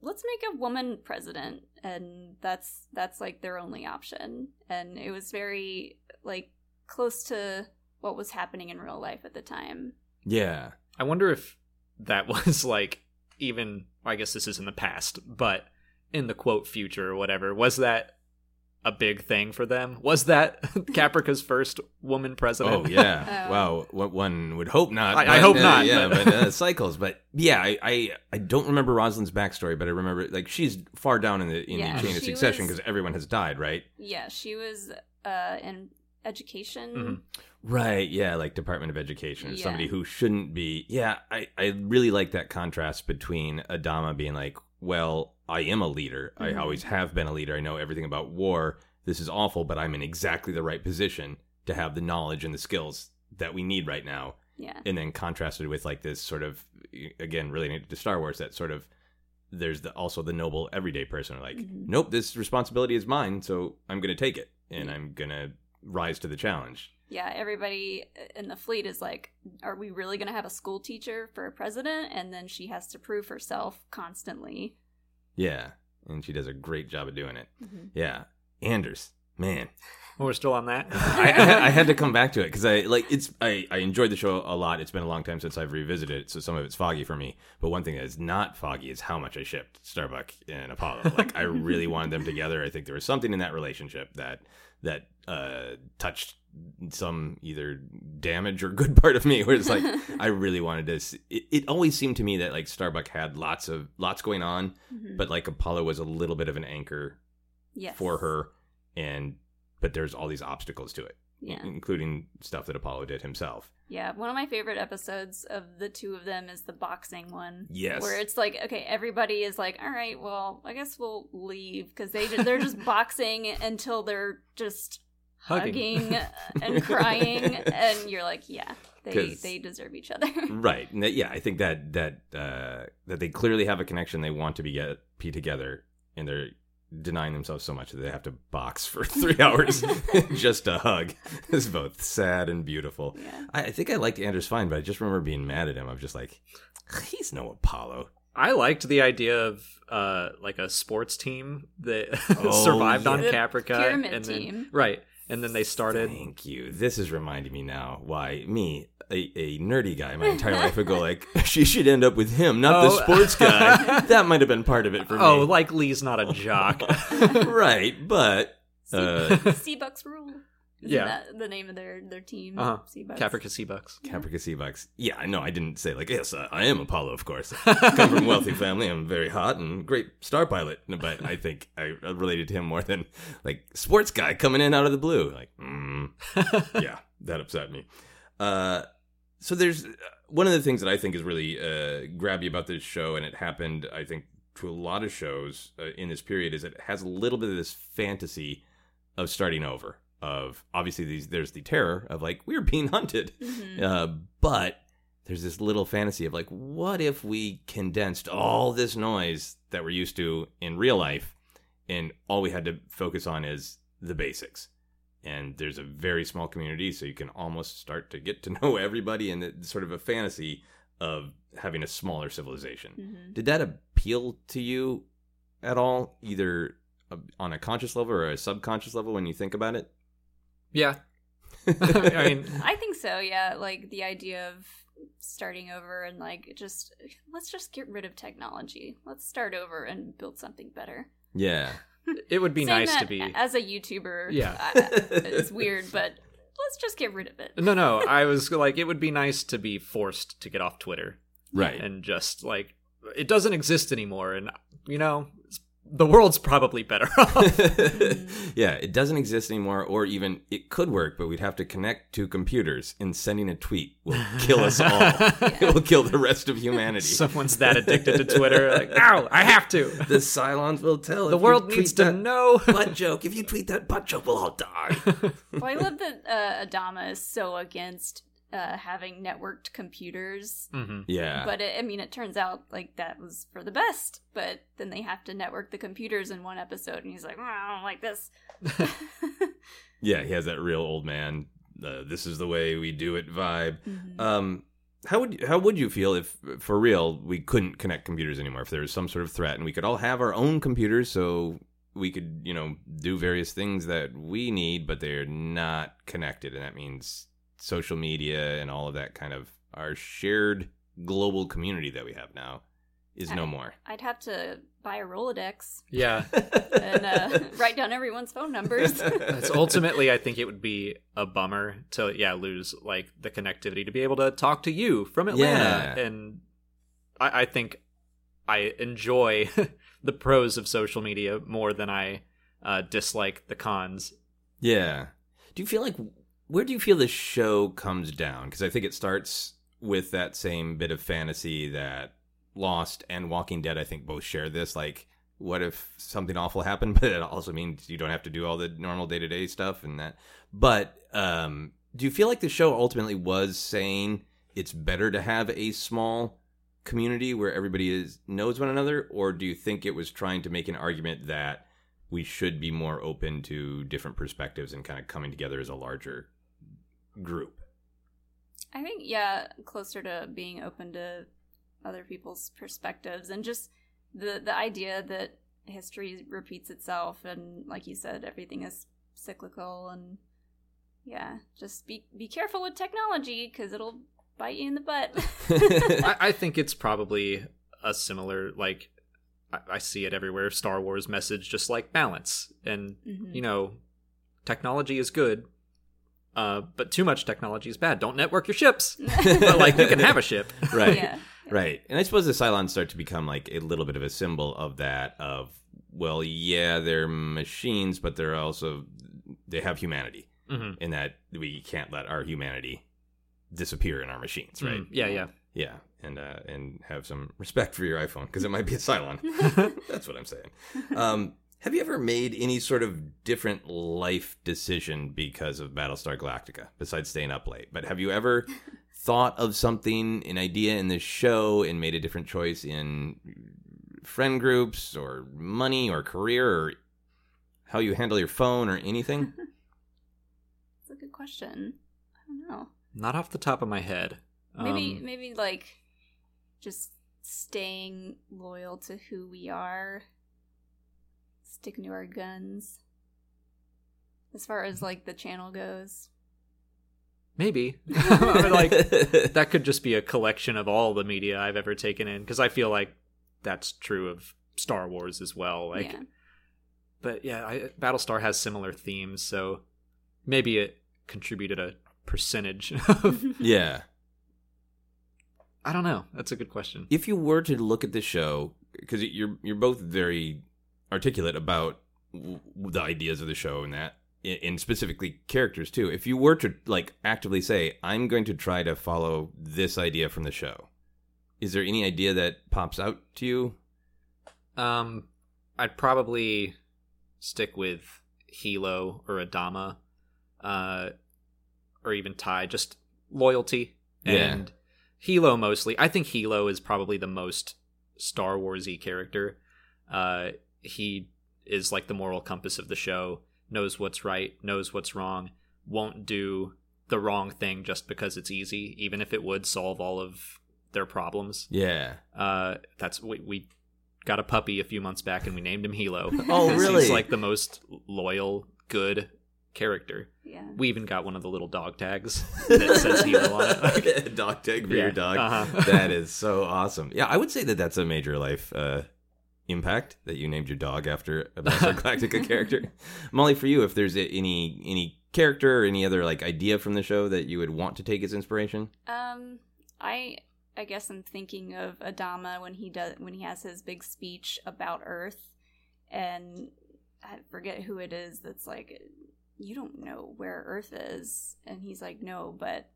Speaker 4: let's make a woman president, and that's that's like their only option. And it was very like close to what was happening in real life at the time.
Speaker 2: Yeah.
Speaker 3: I wonder if that was like even. I guess this is in the past, but in the quote future or whatever, was that a big thing for them? Was that Caprica's first woman president?
Speaker 2: Oh yeah.
Speaker 4: Oh.
Speaker 2: Wow. One- One would hope not.
Speaker 3: I- I
Speaker 2: but,
Speaker 3: hope
Speaker 2: uh,
Speaker 3: not,
Speaker 2: Yeah,
Speaker 3: but-
Speaker 2: but uh, cycles. But yeah, I, I I don't remember Rosalind's backstory, but I remember like she's far down in the in
Speaker 4: Yeah,
Speaker 2: the chain of
Speaker 4: she
Speaker 2: succession
Speaker 4: was-
Speaker 2: because everyone has died, right?
Speaker 4: Yeah, she was uh, in education.
Speaker 3: Mhm.
Speaker 2: Right. Yeah, like Department of Education or
Speaker 4: Yeah.
Speaker 2: somebody who shouldn't be. Yeah, I I really like that contrast between Adama being like, well, I am a leader.
Speaker 4: Mhm.
Speaker 2: I always have been a leader. I know everything about war. This is awful, but I'm in exactly the right position to have the knowledge and the skills that we need right now
Speaker 4: Yeah.
Speaker 2: and then contrasted with like this sort of again relating it to Star Wars that sort of there's the, also the noble everyday person like
Speaker 4: Mhm.
Speaker 2: nope this responsibility is mine so I'm going to take it and I'm going to rise to the challenge.
Speaker 4: Yeah, everybody in the fleet is like, are we really going to have a school teacher for a president? And then she has to prove herself constantly.
Speaker 2: Yeah, and she does a great job of doing it. Yeah. Anders, man.
Speaker 3: Well, we're still on that.
Speaker 2: I, I, I had to come back to it because I like it's. I, I enjoyed the show a lot. It's been a long time since I've revisited it, so some of it's foggy for me. But one thing that is not foggy is how much I shipped Starbuck and Apollo. Like I really wanted them together. I think there was something in that relationship that that uh, touched some either damage or good part of me, where it's like I really wanted to. s it, it always seemed to me that like Starbuck had lots of lots going on,
Speaker 4: Mhm.
Speaker 2: but like Apollo was a little bit of an anchor
Speaker 4: Yes.
Speaker 2: for her, and but there's all these obstacles to it
Speaker 4: Yeah.
Speaker 2: including stuff that Apollo did himself.
Speaker 4: Yeah. One of my favorite episodes of the two of them is the boxing one.
Speaker 2: Yes.
Speaker 4: Where it's like, okay, everybody is like, all right, well, I guess we'll leave because they ju- they're just boxing until they're just hugging, and crying, and you're like, yeah, they
Speaker 2: 'Cause- Mm.
Speaker 4: they deserve each other.
Speaker 2: Right. And that- yeah, I think that that uh, that they clearly have a connection. They want to be get be together, and they're denying themselves so much that they have to box for three hours just a hug. It's both sad and beautiful.
Speaker 4: yeah.
Speaker 2: I, I think I liked Anders fine, but I just remember being mad at him. I'm just like, he's no Apollo.
Speaker 3: I liked the idea of uh, like a sports team that
Speaker 2: Oh,
Speaker 3: survived on
Speaker 2: yeah.
Speaker 3: Caprica,
Speaker 4: Pyramid
Speaker 3: and then,
Speaker 4: team.
Speaker 3: right? And then they started.
Speaker 2: Thank you. This is reminding me now why me, a, a nerdy guy, my entire life would go like, she should end up with him, not the
Speaker 3: Oh.
Speaker 2: sports guy. that might have been part of it for
Speaker 3: Oh,
Speaker 2: me.
Speaker 3: like Lee's not a jock.
Speaker 2: right, but Uh,
Speaker 4: Sea Bucks rule. Isn't
Speaker 3: Yeah.
Speaker 4: that the name of their their team.
Speaker 3: Uh-huh.
Speaker 4: Sea Bucks.
Speaker 3: Caprica Sea Bucks.
Speaker 2: Caprica Sea Bucks. Yeah, I know. I didn't say like, yes, I, I am Apollo, of course. Come from a wealthy family. I'm very hot and great star pilot. But I think I related to him more than like sports guy coming in out of the blue. Like, mm, yeah, that upset me. Uh, so there's uh, one of the things that I think is really uh, grabby about this show, and it happened, I think, to a lot of shows uh, in this period, is it has a little bit of this fantasy of starting over. Of obviously, these there's the terror of like we're being hunted,
Speaker 4: Mhm.
Speaker 2: uh, but there's this little fantasy of like, what if we condensed all this noise that we're used to in real life, and all we had to focus on is the basics. And there's a very small community, so you can almost start to get to know everybody, and it's sort of a fantasy of having a smaller civilization.
Speaker 4: hmm
Speaker 2: Did that appeal to you at all, either uh, on a conscious level or a subconscious level when you think about it?
Speaker 3: Yeah. I mean,
Speaker 4: I think so, yeah. Like the idea of starting over and like just let's just get rid of technology. Let's start over and build something better.
Speaker 2: yeah.
Speaker 3: it would be
Speaker 4: Saying
Speaker 3: nice
Speaker 4: that
Speaker 3: to be.
Speaker 4: as a YouTuber.
Speaker 3: Yeah.
Speaker 4: I- it's weird, but let's just get rid of it.
Speaker 3: No, no. I was like, it would be nice to be forced to get off Twitter
Speaker 2: Right.
Speaker 3: and just like, it doesn't exist anymore. And, you know, it's- the world's probably better off.
Speaker 2: yeah, it doesn't exist anymore, or even it could work, but we'd have to connect to computers, and sending a tweet will kill us all. It will kill the rest of humanity.
Speaker 3: Someone's that addicted to Twitter. Like, ow, I have to.
Speaker 2: the Cylons will tell.
Speaker 3: The world needs to know.
Speaker 2: butt joke. If you tweet that butt joke, we'll all die.
Speaker 4: Well, I love that uh, Adama is so against uh, having networked computers.
Speaker 3: hmm
Speaker 2: yeah,
Speaker 4: But it, I mean, it turns out like that was for the best. But then they have to network the computers in one episode, and he's like, "Mm, "I don't like this."
Speaker 2: yeah. He has that real old man. Uh, this is the way we do it vibe. Um, how would how would you feel if, for real, we couldn't connect computers anymore? If there was some sort of threat, and we could all have our own computers, so we could, you know, do various things that we need, but they're not connected, and that means social media and all of that kind of our shared global community that we have now is no more.
Speaker 4: I'd have to buy a Rolodex
Speaker 3: Yeah.
Speaker 4: and uh, write down everyone's phone numbers.
Speaker 3: It's ultimately, I think it would be a bummer to, yeah, lose like the connectivity to be able to talk to you from Atlanta.
Speaker 2: Yeah.
Speaker 3: And I, I think I enjoy the pros of social media more than I uh, dislike the cons.
Speaker 2: Yeah. Do you feel like where do you feel the show comes down? Because I think it starts with that same bit of fantasy that Lost and Walking Dead, I think, both share this. Like, what if something awful happened? But it also means you don't have to do all the normal day to day stuff and that. But um, do you feel like the show ultimately was saying it's better to have a small community where everybody is knows one another, or do you think it was trying to make an argument that we should be more open to different perspectives and kind of coming together as a larger group.
Speaker 4: I think yeah, closer to being open to other people's perspectives and just the the idea that history repeats itself and like you said everything is cyclical and yeah, just be be careful with technology cuz it'll bite you in the butt.
Speaker 3: I, I think it's probably a similar, like, I, I see it everywhere Star Wars message, just like balance. And
Speaker 4: Mhm.
Speaker 3: you know, technology is good, uh, but too much technology is bad. Don't network your ships. but like, you can have a ship.
Speaker 2: Right.
Speaker 4: Yeah.
Speaker 2: Right. And I suppose the Cylons start to become like a little bit of a symbol of that of well, yeah, they're machines, but they're also they have humanity
Speaker 4: Mm-hmm,
Speaker 3: hmm
Speaker 2: in that we can't let our humanity disappear in our machines, right?
Speaker 3: Mm-hmm. Yeah, yeah.
Speaker 2: Yeah. And uh, and have some respect for your iPhone because it might be a Cylon. That's what I'm saying. Um, have you ever made any sort of different life decision because of Battlestar Galactica, besides staying up late? But have you ever thought of something, an idea in this show, and made a different choice in friend groups or money or career or how you handle your phone or anything?
Speaker 4: That's a good question. I don't know.
Speaker 3: Not off the top of my head.
Speaker 4: Mm-hmm. Maybe
Speaker 3: Um,
Speaker 4: maybe like just staying loyal to who we are, sticking to our guns. As far as like the channel goes,
Speaker 3: maybe. I mean, like that could just be a collection of all the media I've ever taken in because I feel like that's true of Star Wars as well. Like,
Speaker 4: yeah,
Speaker 3: but yeah, I, Battlestar has similar themes, so maybe it contributed a percentage of.
Speaker 4: Mm-hmm.
Speaker 2: yeah.
Speaker 3: I don't know. That's a good question.
Speaker 2: if you were to look at the show because you're you're both very articulate about w- the ideas of the show and that and specifically characters too if you were to like actively say i'm going to try to follow this idea from the show is there any idea that pops out to you
Speaker 3: Um, I'd probably stick with Hilo or Adama, uh, or even Ty. Just loyalty
Speaker 2: Yeah.
Speaker 3: and Hilo mostly. I think Hilo is probably the most Star Warsy character. Uh, he is like the moral compass of the show. Knows what's right, knows what's wrong. Won't do the wrong thing just because it's easy, even if it would solve all of their problems.
Speaker 2: Yeah.
Speaker 3: Uh, that's we, we got a puppy a few months back, and we named him Hilo.
Speaker 2: Oh,
Speaker 3: 'Cause
Speaker 2: really?
Speaker 3: He's like the most loyal, good character.
Speaker 4: Yeah.
Speaker 3: We even got one of the little dog tags that says Hilo on it. Like,
Speaker 2: dog tag for
Speaker 3: Yeah,
Speaker 2: your dog.
Speaker 3: uh-huh.
Speaker 2: That is so awesome. Yeah, I would say that that's a major life uh, impact that you named your dog after a Battlestar Galactica character. Molly, for you, if there's a- any any character or any other like idea from the show that you would want to take as inspiration,
Speaker 4: Um, I I guess I'm thinking of Adama when he does when he has his big speech about Earth, and I forget who it is that's like, you don't know where Earth is, and he's like, no, but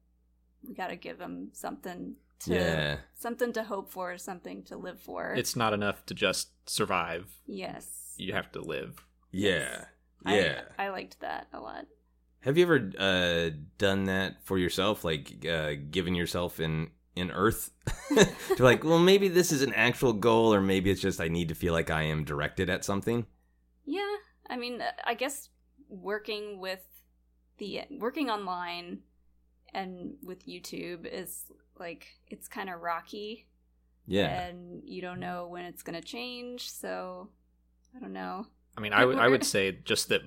Speaker 4: we got to give him something to
Speaker 2: yeah,
Speaker 4: something to hope for, something to live for.
Speaker 3: it's not enough to just survive.
Speaker 4: yes,
Speaker 3: You have to live.
Speaker 2: yeah,
Speaker 4: I-
Speaker 2: yeah.
Speaker 4: I, liked that a lot.
Speaker 2: Have you ever uh, done that for yourself, like uh, giving yourself in in Earth to like, well, maybe this is an actual goal, or maybe it's just I need to feel like I am directed at something.
Speaker 4: Yeah, I mean, uh, I guess working with the working online and with YouTube is like it's kind of rocky,
Speaker 2: Yeah,
Speaker 4: and you don't know when it's gonna change. So I don't know.
Speaker 3: I mean, I would I would say just that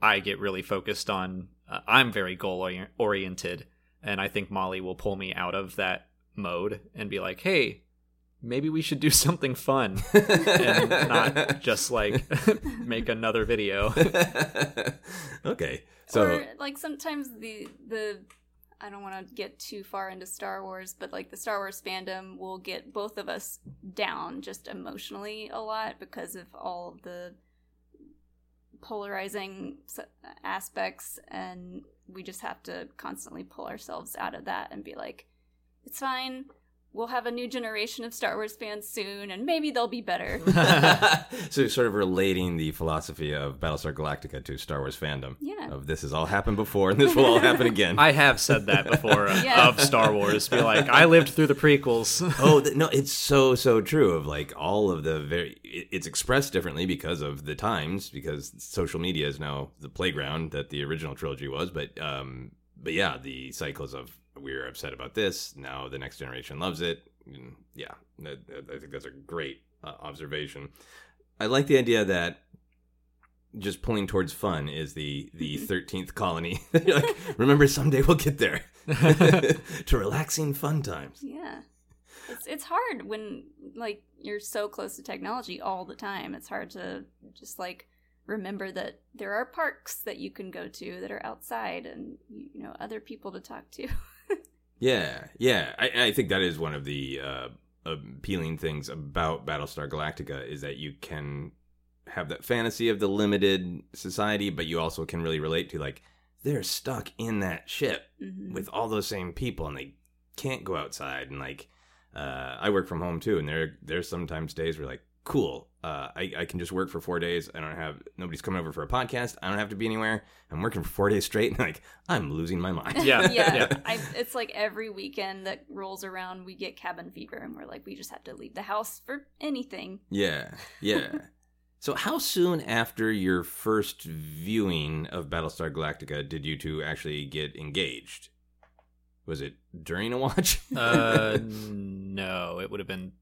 Speaker 3: I get really focused on. Uh, I'm very goal ori- oriented, and I think Molly will pull me out of that mode and be like, "Hey, maybe we should do something fun and not just like make another video."
Speaker 2: okay. So
Speaker 4: or like sometimes the the I don't want to get too far into Star Wars, but like the Star Wars fandom will get both of us down just emotionally a lot because of all of the polarizing s- aspects, and we just have to constantly pull ourselves out of that and be like, it's fine. We'll have a new generation of Star Wars fans soon, and maybe they'll be better.
Speaker 2: so sort of relating the philosophy of Battlestar Galactica to Star Wars fandom.
Speaker 4: Yeah.
Speaker 2: Of this has all happened before and this will all happen again.
Speaker 3: I have said that before uh,
Speaker 4: Yeah.
Speaker 3: of Star Wars. Be like, I lived through the prequels.
Speaker 2: oh th- no it's so so true of like all of the very it- it's expressed differently because of the times because social media is now the playground that the original trilogy was but um but yeah the cycles of we were upset about this now the next generation loves it Mm, yeah that- that- i think that's a great uh, observation i like the idea that just pulling towards fun is the the 13th colony You're like remember someday we'll get there to relaxing fun times
Speaker 4: Yeah. It's it's hard when like you're so close to technology all the time. It's hard to just like remember that there are parks that you can go to that are outside and you know other people to talk to.
Speaker 2: Yeah, yeah. I, I think that is one of the uh, appealing things about Battlestar Galactica is that you can have that fantasy of the limited society, but you also can really relate to like they're stuck in that ship
Speaker 4: Mhm.
Speaker 2: with all those same people, and they can't go outside. And like, uh, I work from home too, and there there's sometimes days where like, cool, uh, I I can just work for four days. I don't have nobody's coming over for a podcast. I don't have to be anywhere. I'm working for four days straight, and like I'm losing my mind.
Speaker 3: Yeah,
Speaker 4: yeah,
Speaker 3: yeah.
Speaker 4: I, it's like every weekend that rolls around, we get cabin fever, and we're like, we just have to leave the house for anything.
Speaker 2: Yeah, yeah. so, how soon after your first viewing of Battlestar Galactica did you two actually get engaged? Was it during a watch?
Speaker 3: uh, no, it would have been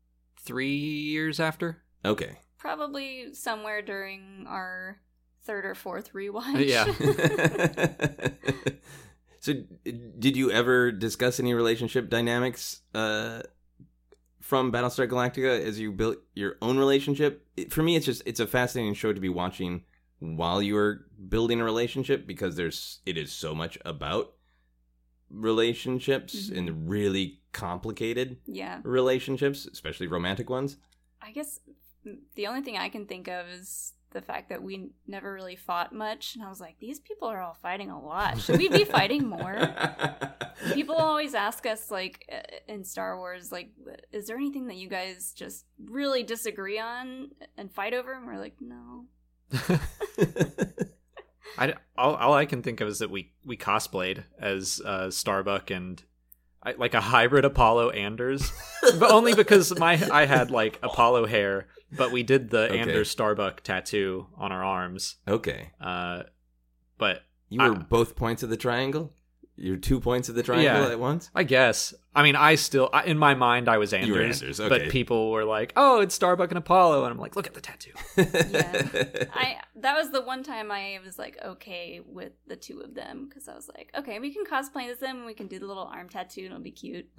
Speaker 3: three years after.
Speaker 2: okay.
Speaker 4: Probably somewhere during our third or fourth rewatch.
Speaker 3: Yeah.
Speaker 2: so, did you ever discuss any relationship dynamics uh, from Battlestar Galactica as you built your own relationship? It, for me, it's just it's a fascinating show to be watching while you're building a relationship because there's it is so much about relationships
Speaker 4: Mhm.
Speaker 2: and really complicated
Speaker 4: yeah.
Speaker 2: relationships, especially romantic ones.
Speaker 4: I guess the only thing I can think of is the fact that we never really fought much, and I was like, these people are all fighting a lot. Uh, Should we be fighting more? People always ask us, like uh, in Star Wars, like, is there anything that you guys just really disagree on and fight over? And we're like, no.
Speaker 3: I all, all I can think of is that we we cosplayed as uh, Starbuck and I, like a hybrid Apollo Anders, but only because my I had like Apollo hair, but we did the
Speaker 2: Okay.
Speaker 3: Anders Starbuck tattoo on our arms.
Speaker 2: Okay.
Speaker 3: Uh, but
Speaker 2: You were
Speaker 3: I-
Speaker 2: both points of the triangle? You're two points of the triangle
Speaker 3: Yeah.
Speaker 2: at once?
Speaker 3: I guess I mean I still I, in my mind I was Anders,
Speaker 2: You were Anders, okay.
Speaker 3: but people were like, "Oh, it's Starbuck and Apollo," and I'm like, "Look at the tattoo."
Speaker 4: Yeah. I that was the one time I was like okay with the two of them because I was like, okay, we can cosplay as them and we can do the little arm tattoo and it'll be cute.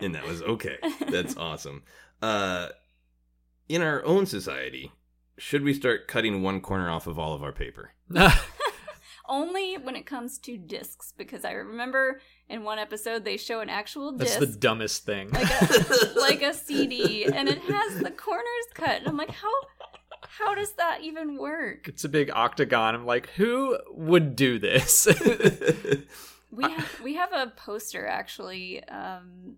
Speaker 2: and that was okay. That's awesome. Uh, in our own society, should we start cutting one corner off of all of our paper?
Speaker 4: Only when it comes to discs because I remember in one episode they show an actual
Speaker 3: That's
Speaker 4: disc.
Speaker 3: the dumbest thing.
Speaker 4: like a, like a CD, and it has the corners cut. And I'm like, how how does that even work?
Speaker 3: it's a big octagon. I'm like, who would do this?
Speaker 4: We have we have a poster actually um,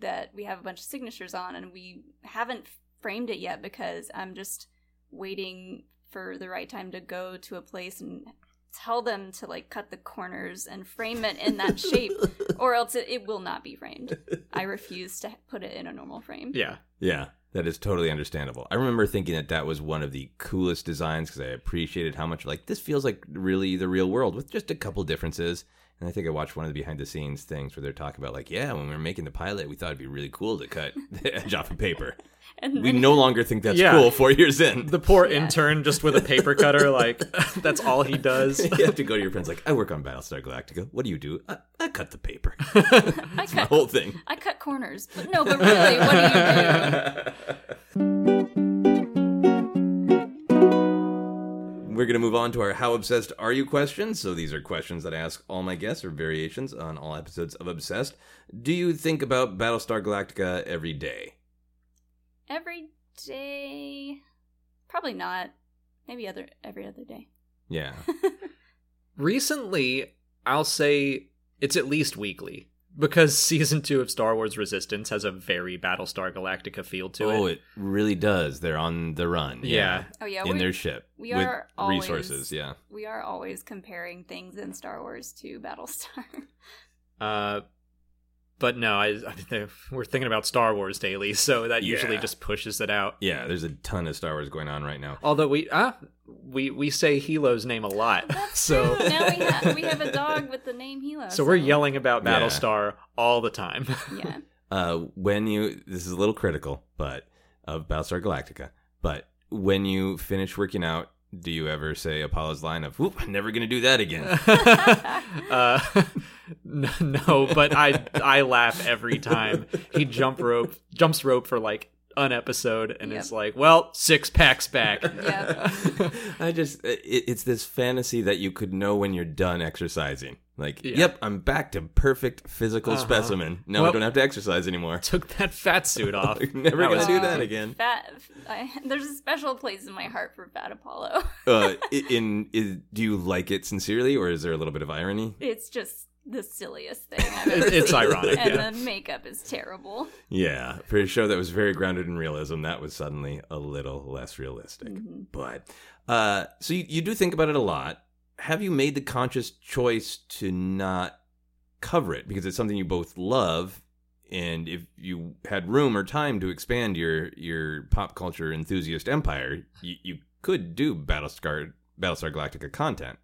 Speaker 4: that we have a bunch of signatures on, and we haven't framed it yet because I'm just waiting for the right time to go to a place and tell them to like cut the corners and frame it in that shape or else it, it will not be framed i refuse to put it in a normal frame
Speaker 3: yeah.
Speaker 2: Yeah, that is totally understandable. I remember thinking that that was one of the coolest designs because I appreciated how much like this feels like really the real world with just a couple differences. And I think I watched one of the behind the scenes things where they're talking about like, yeah, when we were making the pilot, we thought it'd be really cool to cut the edge off of paper.
Speaker 4: and
Speaker 2: We no longer think that's
Speaker 3: Yeah.
Speaker 2: cool four years in.
Speaker 3: The poor
Speaker 4: Yeah.
Speaker 3: intern just with a paper cutter, like that's all he does.
Speaker 2: you have to go to your friends like, I work on Battlestar Galactica. What do you do? I, I cut the paper.
Speaker 4: I
Speaker 2: My
Speaker 4: cut
Speaker 2: whole thing.
Speaker 4: I cut corners, but no, but really, what do you do?
Speaker 2: We're going to move on to our How Obsessed Are You questions. So these are questions that I ask all my guests or variations on all episodes of Obsessed. Do you think about Battlestar Galactica every day?
Speaker 4: Every day, probably not. Maybe other every other day.
Speaker 2: Yeah.
Speaker 3: Recently, I'll say it's at least weekly because season two of Star Wars Resistance has a very Battlestar Galactica feel to
Speaker 2: oh,
Speaker 3: it.
Speaker 2: it really does. They're on the run.
Speaker 3: Yeah.
Speaker 4: Oh yeah,
Speaker 2: In
Speaker 4: we
Speaker 2: their ship.
Speaker 4: we
Speaker 2: with
Speaker 4: are always-
Speaker 2: resources. Yeah.
Speaker 4: we are always comparing things in Star Wars to Battlestar.
Speaker 3: Uh, but no, I, I mean, we're thinking about Star Wars daily, so that usually
Speaker 2: Yeah.
Speaker 3: just pushes it out.
Speaker 2: Yeah. There's a ton of Star Wars going on right now.
Speaker 3: Although we ah we we say Hilo's name a lot,
Speaker 4: That's
Speaker 3: so
Speaker 4: true. Now we have we have a dog with the name Hilo.
Speaker 3: so we're yelling about
Speaker 2: Yeah.
Speaker 3: Battlestar all the time.
Speaker 4: Yeah,
Speaker 2: uh, when you this is a little critical, but of Battlestar Galactica. But when you finish working out, do you ever say Apollo's line of "Whoop, I'm never gonna do that again"?
Speaker 3: uh, n- no, but I I laugh every time he jump rope jumps rope for like an episode, and it's
Speaker 4: Yep.
Speaker 3: like, well, six packs back.
Speaker 4: yeah.
Speaker 2: I just it, it's this fantasy that you could know when you're done exercising. Like,
Speaker 3: Yeah.
Speaker 2: yep, I'm back to perfect physical
Speaker 3: Uh-huh.
Speaker 2: specimen. Now I
Speaker 3: Well-
Speaker 2: don't have to exercise anymore.
Speaker 3: Took that fat suit off.
Speaker 2: You're never
Speaker 3: That
Speaker 2: gonna
Speaker 3: was-
Speaker 2: do that again.
Speaker 4: Fat. I, there's a special place in my heart for Fat Apollo.
Speaker 2: Uh, i- in is, do you like it sincerely, or is there a little bit of irony?
Speaker 4: It's just the silliest thing I've ever
Speaker 3: It- it's
Speaker 4: seen.
Speaker 3: ironic.
Speaker 4: And
Speaker 3: yeah.
Speaker 4: the makeup is terrible.
Speaker 2: Yeah, for a show that was very grounded in realism, that was suddenly a little less realistic.
Speaker 3: Mm-hmm.
Speaker 4: Mhm.
Speaker 2: But uh, so you, you do think about it a lot. Have you made the conscious choice to not cover it because it's something you both love? And if you had room or time to expand your your pop culture enthusiast empire, you, you could do Battlestar Battlestar Galactica content.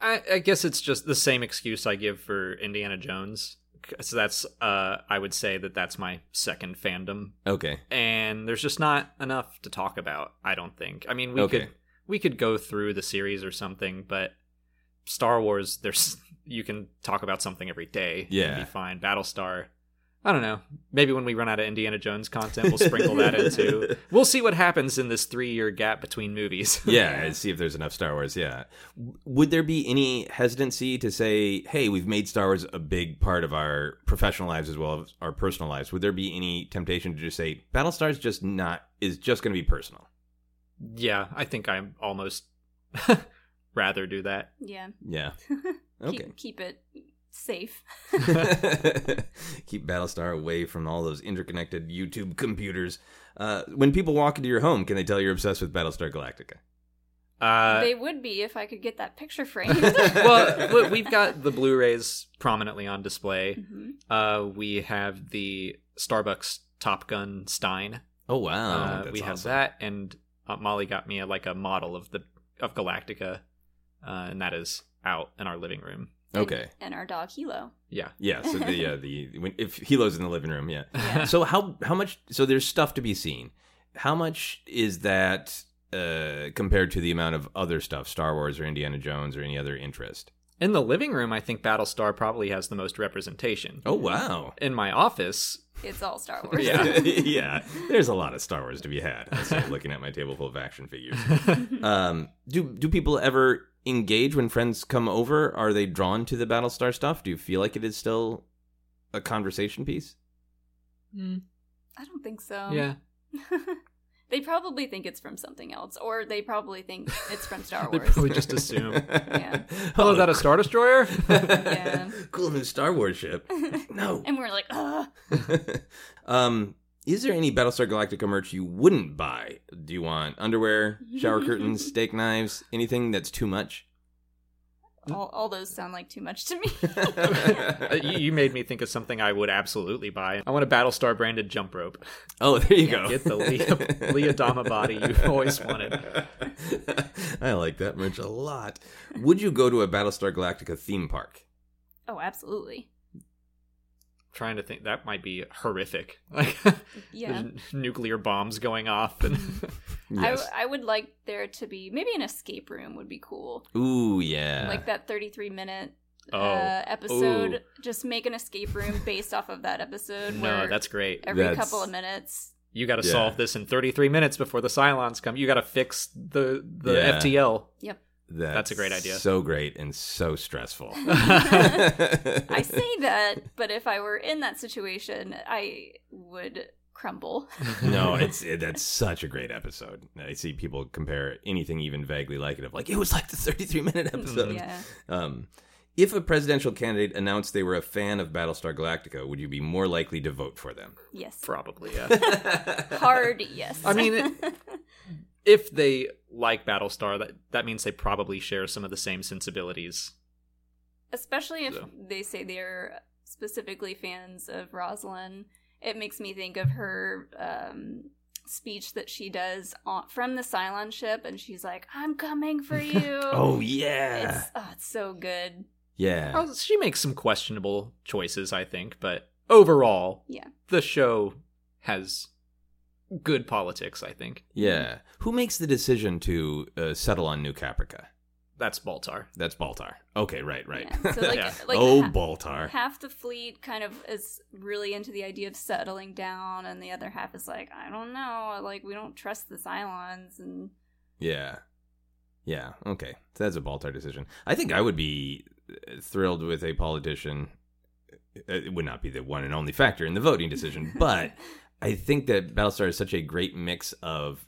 Speaker 3: I, I guess it's just the same excuse I give for Indiana Jones. So that's uh, I would say that that's my second fandom
Speaker 2: Okay,
Speaker 3: and there's just not enough to talk about. I don't think. I mean, we
Speaker 2: Okay.
Speaker 3: could we could go through the series or something, but Star Wars, there's you can talk about something every day.
Speaker 2: Yeah.
Speaker 3: and be fine. Battlestar. I don't know. Maybe when we run out of Indiana Jones content, we'll sprinkle that in too. We'll see what happens in this three year gap between movies.
Speaker 2: yeah, and see if there's enough Star Wars. Yeah, W- would there be any hesitancy to say, "Hey, we've made Star Wars a big part of our professional lives as well as our personal lives"? Would there be any temptation to just say, "Battlestar's just not is just going to be personal"?
Speaker 3: yeah, I think I'm almost rather do that.
Speaker 4: Yeah.
Speaker 2: Yeah. Okay.
Speaker 4: Keep, keep it safe.
Speaker 2: Keep Battlestar away from all those interconnected YouTube computers. Uh, when people walk into your home, can they tell you're obsessed with Battlestar Galactica?
Speaker 3: Uh,
Speaker 4: they would be if I could get that picture Mm-hmm. framed.
Speaker 3: well, look, we've got the Blu-rays prominently on display.
Speaker 4: Mhm.
Speaker 3: Uh, we have the Starbucks Top Gun Stein.
Speaker 2: Oh wow,
Speaker 3: uh,
Speaker 2: that's
Speaker 3: we have
Speaker 2: awesome.
Speaker 3: that, and Aunt Molly got me a, like a model of the of Galactica, uh, and that is out in our living room.
Speaker 2: Okay,
Speaker 4: And our dog Hilo.
Speaker 3: Yeah,
Speaker 2: yeah. So the yeah the when, if Hilo's in the living room, yeah. So how how much? So there's stuff to be seen. How much is that uh, compared to the amount of other stuff, Star Wars or Indiana Jones or any other interest?
Speaker 3: in the living room, I think Battlestar probably has the most representation.
Speaker 2: Oh wow,
Speaker 3: In my office,
Speaker 4: It's all Star Wars.
Speaker 3: Yeah.
Speaker 2: yeah. There's a lot of Star Wars to be had. I say, looking at my table full of action figures. Um, do do people ever engage when friends come over? Are they drawn to the Battlestar stuff? Do you feel like it is still a conversation piece?
Speaker 4: I don't think so.
Speaker 3: yeah,
Speaker 4: they probably think it's from something else, or they probably think it's from Star
Speaker 3: they
Speaker 4: Wars.
Speaker 3: probably just assume.
Speaker 2: yeah.
Speaker 3: Oh, is that a Star Destroyer?
Speaker 4: Yeah.
Speaker 2: cool new Star Wars ship. No.
Speaker 4: and we're like, ugh.
Speaker 2: um, is there any Battlestar Galactica merch you wouldn't buy? Do you want underwear, shower curtains, steak knives, anything that's too much?
Speaker 4: All, all those sound like too much to me.
Speaker 3: Uh, you, you made me think of something I would absolutely buy. I want a Battlestar branded jump rope.
Speaker 2: Oh, there you go.
Speaker 3: Get the Leah, Leah Dama body you've always wanted.
Speaker 2: I like that merch a lot. Would you go to a Battlestar Galactica theme park?
Speaker 4: oh, absolutely.
Speaker 3: trying to think that might be horrific like
Speaker 4: Yeah.
Speaker 3: there's nuclear bombs going off and
Speaker 4: I,
Speaker 2: Yes.
Speaker 4: I would like there to be maybe an escape room would be cool.
Speaker 2: Ooh, yeah.
Speaker 4: Like that 33 minute
Speaker 3: oh
Speaker 4: uh, episode.
Speaker 3: Ooh.
Speaker 4: Just make an escape room based off of that episode.
Speaker 3: no
Speaker 4: where
Speaker 3: that's great
Speaker 4: every
Speaker 2: That's-
Speaker 4: couple of minutes.
Speaker 3: you got to
Speaker 2: Yeah.
Speaker 3: solve this in 33 minutes before the cylons come you got to fix the the
Speaker 2: Yeah.
Speaker 3: ftl
Speaker 2: that's,
Speaker 3: a great idea.
Speaker 2: So great and so stressful.
Speaker 4: I say that, but if I were in that situation, I would crumble.
Speaker 2: no, it's it, that's such a great episode. I see people compare anything even vaguely like it of like it was like the 33 minute episode.
Speaker 4: Mm, yeah.
Speaker 2: Um, if a presidential candidate announced they were a fan of Battlestar Galactica, would you be more likely to vote for them?
Speaker 4: Yes.
Speaker 3: probably yeah
Speaker 4: Hard yes.
Speaker 3: i mean it, if they like battlestar that that means they probably share some of the same sensibilities
Speaker 4: especially if
Speaker 3: So.
Speaker 4: they say they're specifically fans of Rosalind. It makes me think of her um, speech that she does on, from the Cylon ship, and she's like, "I'm coming for you."
Speaker 2: Oh yeah,
Speaker 4: it's, oh, it's so good.
Speaker 2: yeah.
Speaker 3: Oh, she makes some questionable choices, I think, but overall,
Speaker 4: Yeah.
Speaker 3: the show has good politics. I think
Speaker 2: Yeah. Who makes the decision to uh, settle on New Caprica?
Speaker 3: that's Baltar.
Speaker 2: That's Baltar. Okay, right, right.
Speaker 4: Yeah. So like,
Speaker 3: Yeah.
Speaker 4: like
Speaker 2: oh,
Speaker 4: ha-
Speaker 2: Baltar.
Speaker 4: half the fleet kind of is really into the idea of settling down, and the other half is like, "I don't know, like we don't trust the Cylons." And
Speaker 2: yeah. Yeah, okay. So that's a Baltar decision. I think I would be uh, thrilled with a politician. Uh, It would not be the one and only factor in the voting decision, but I think that Battlestar is such a great mix of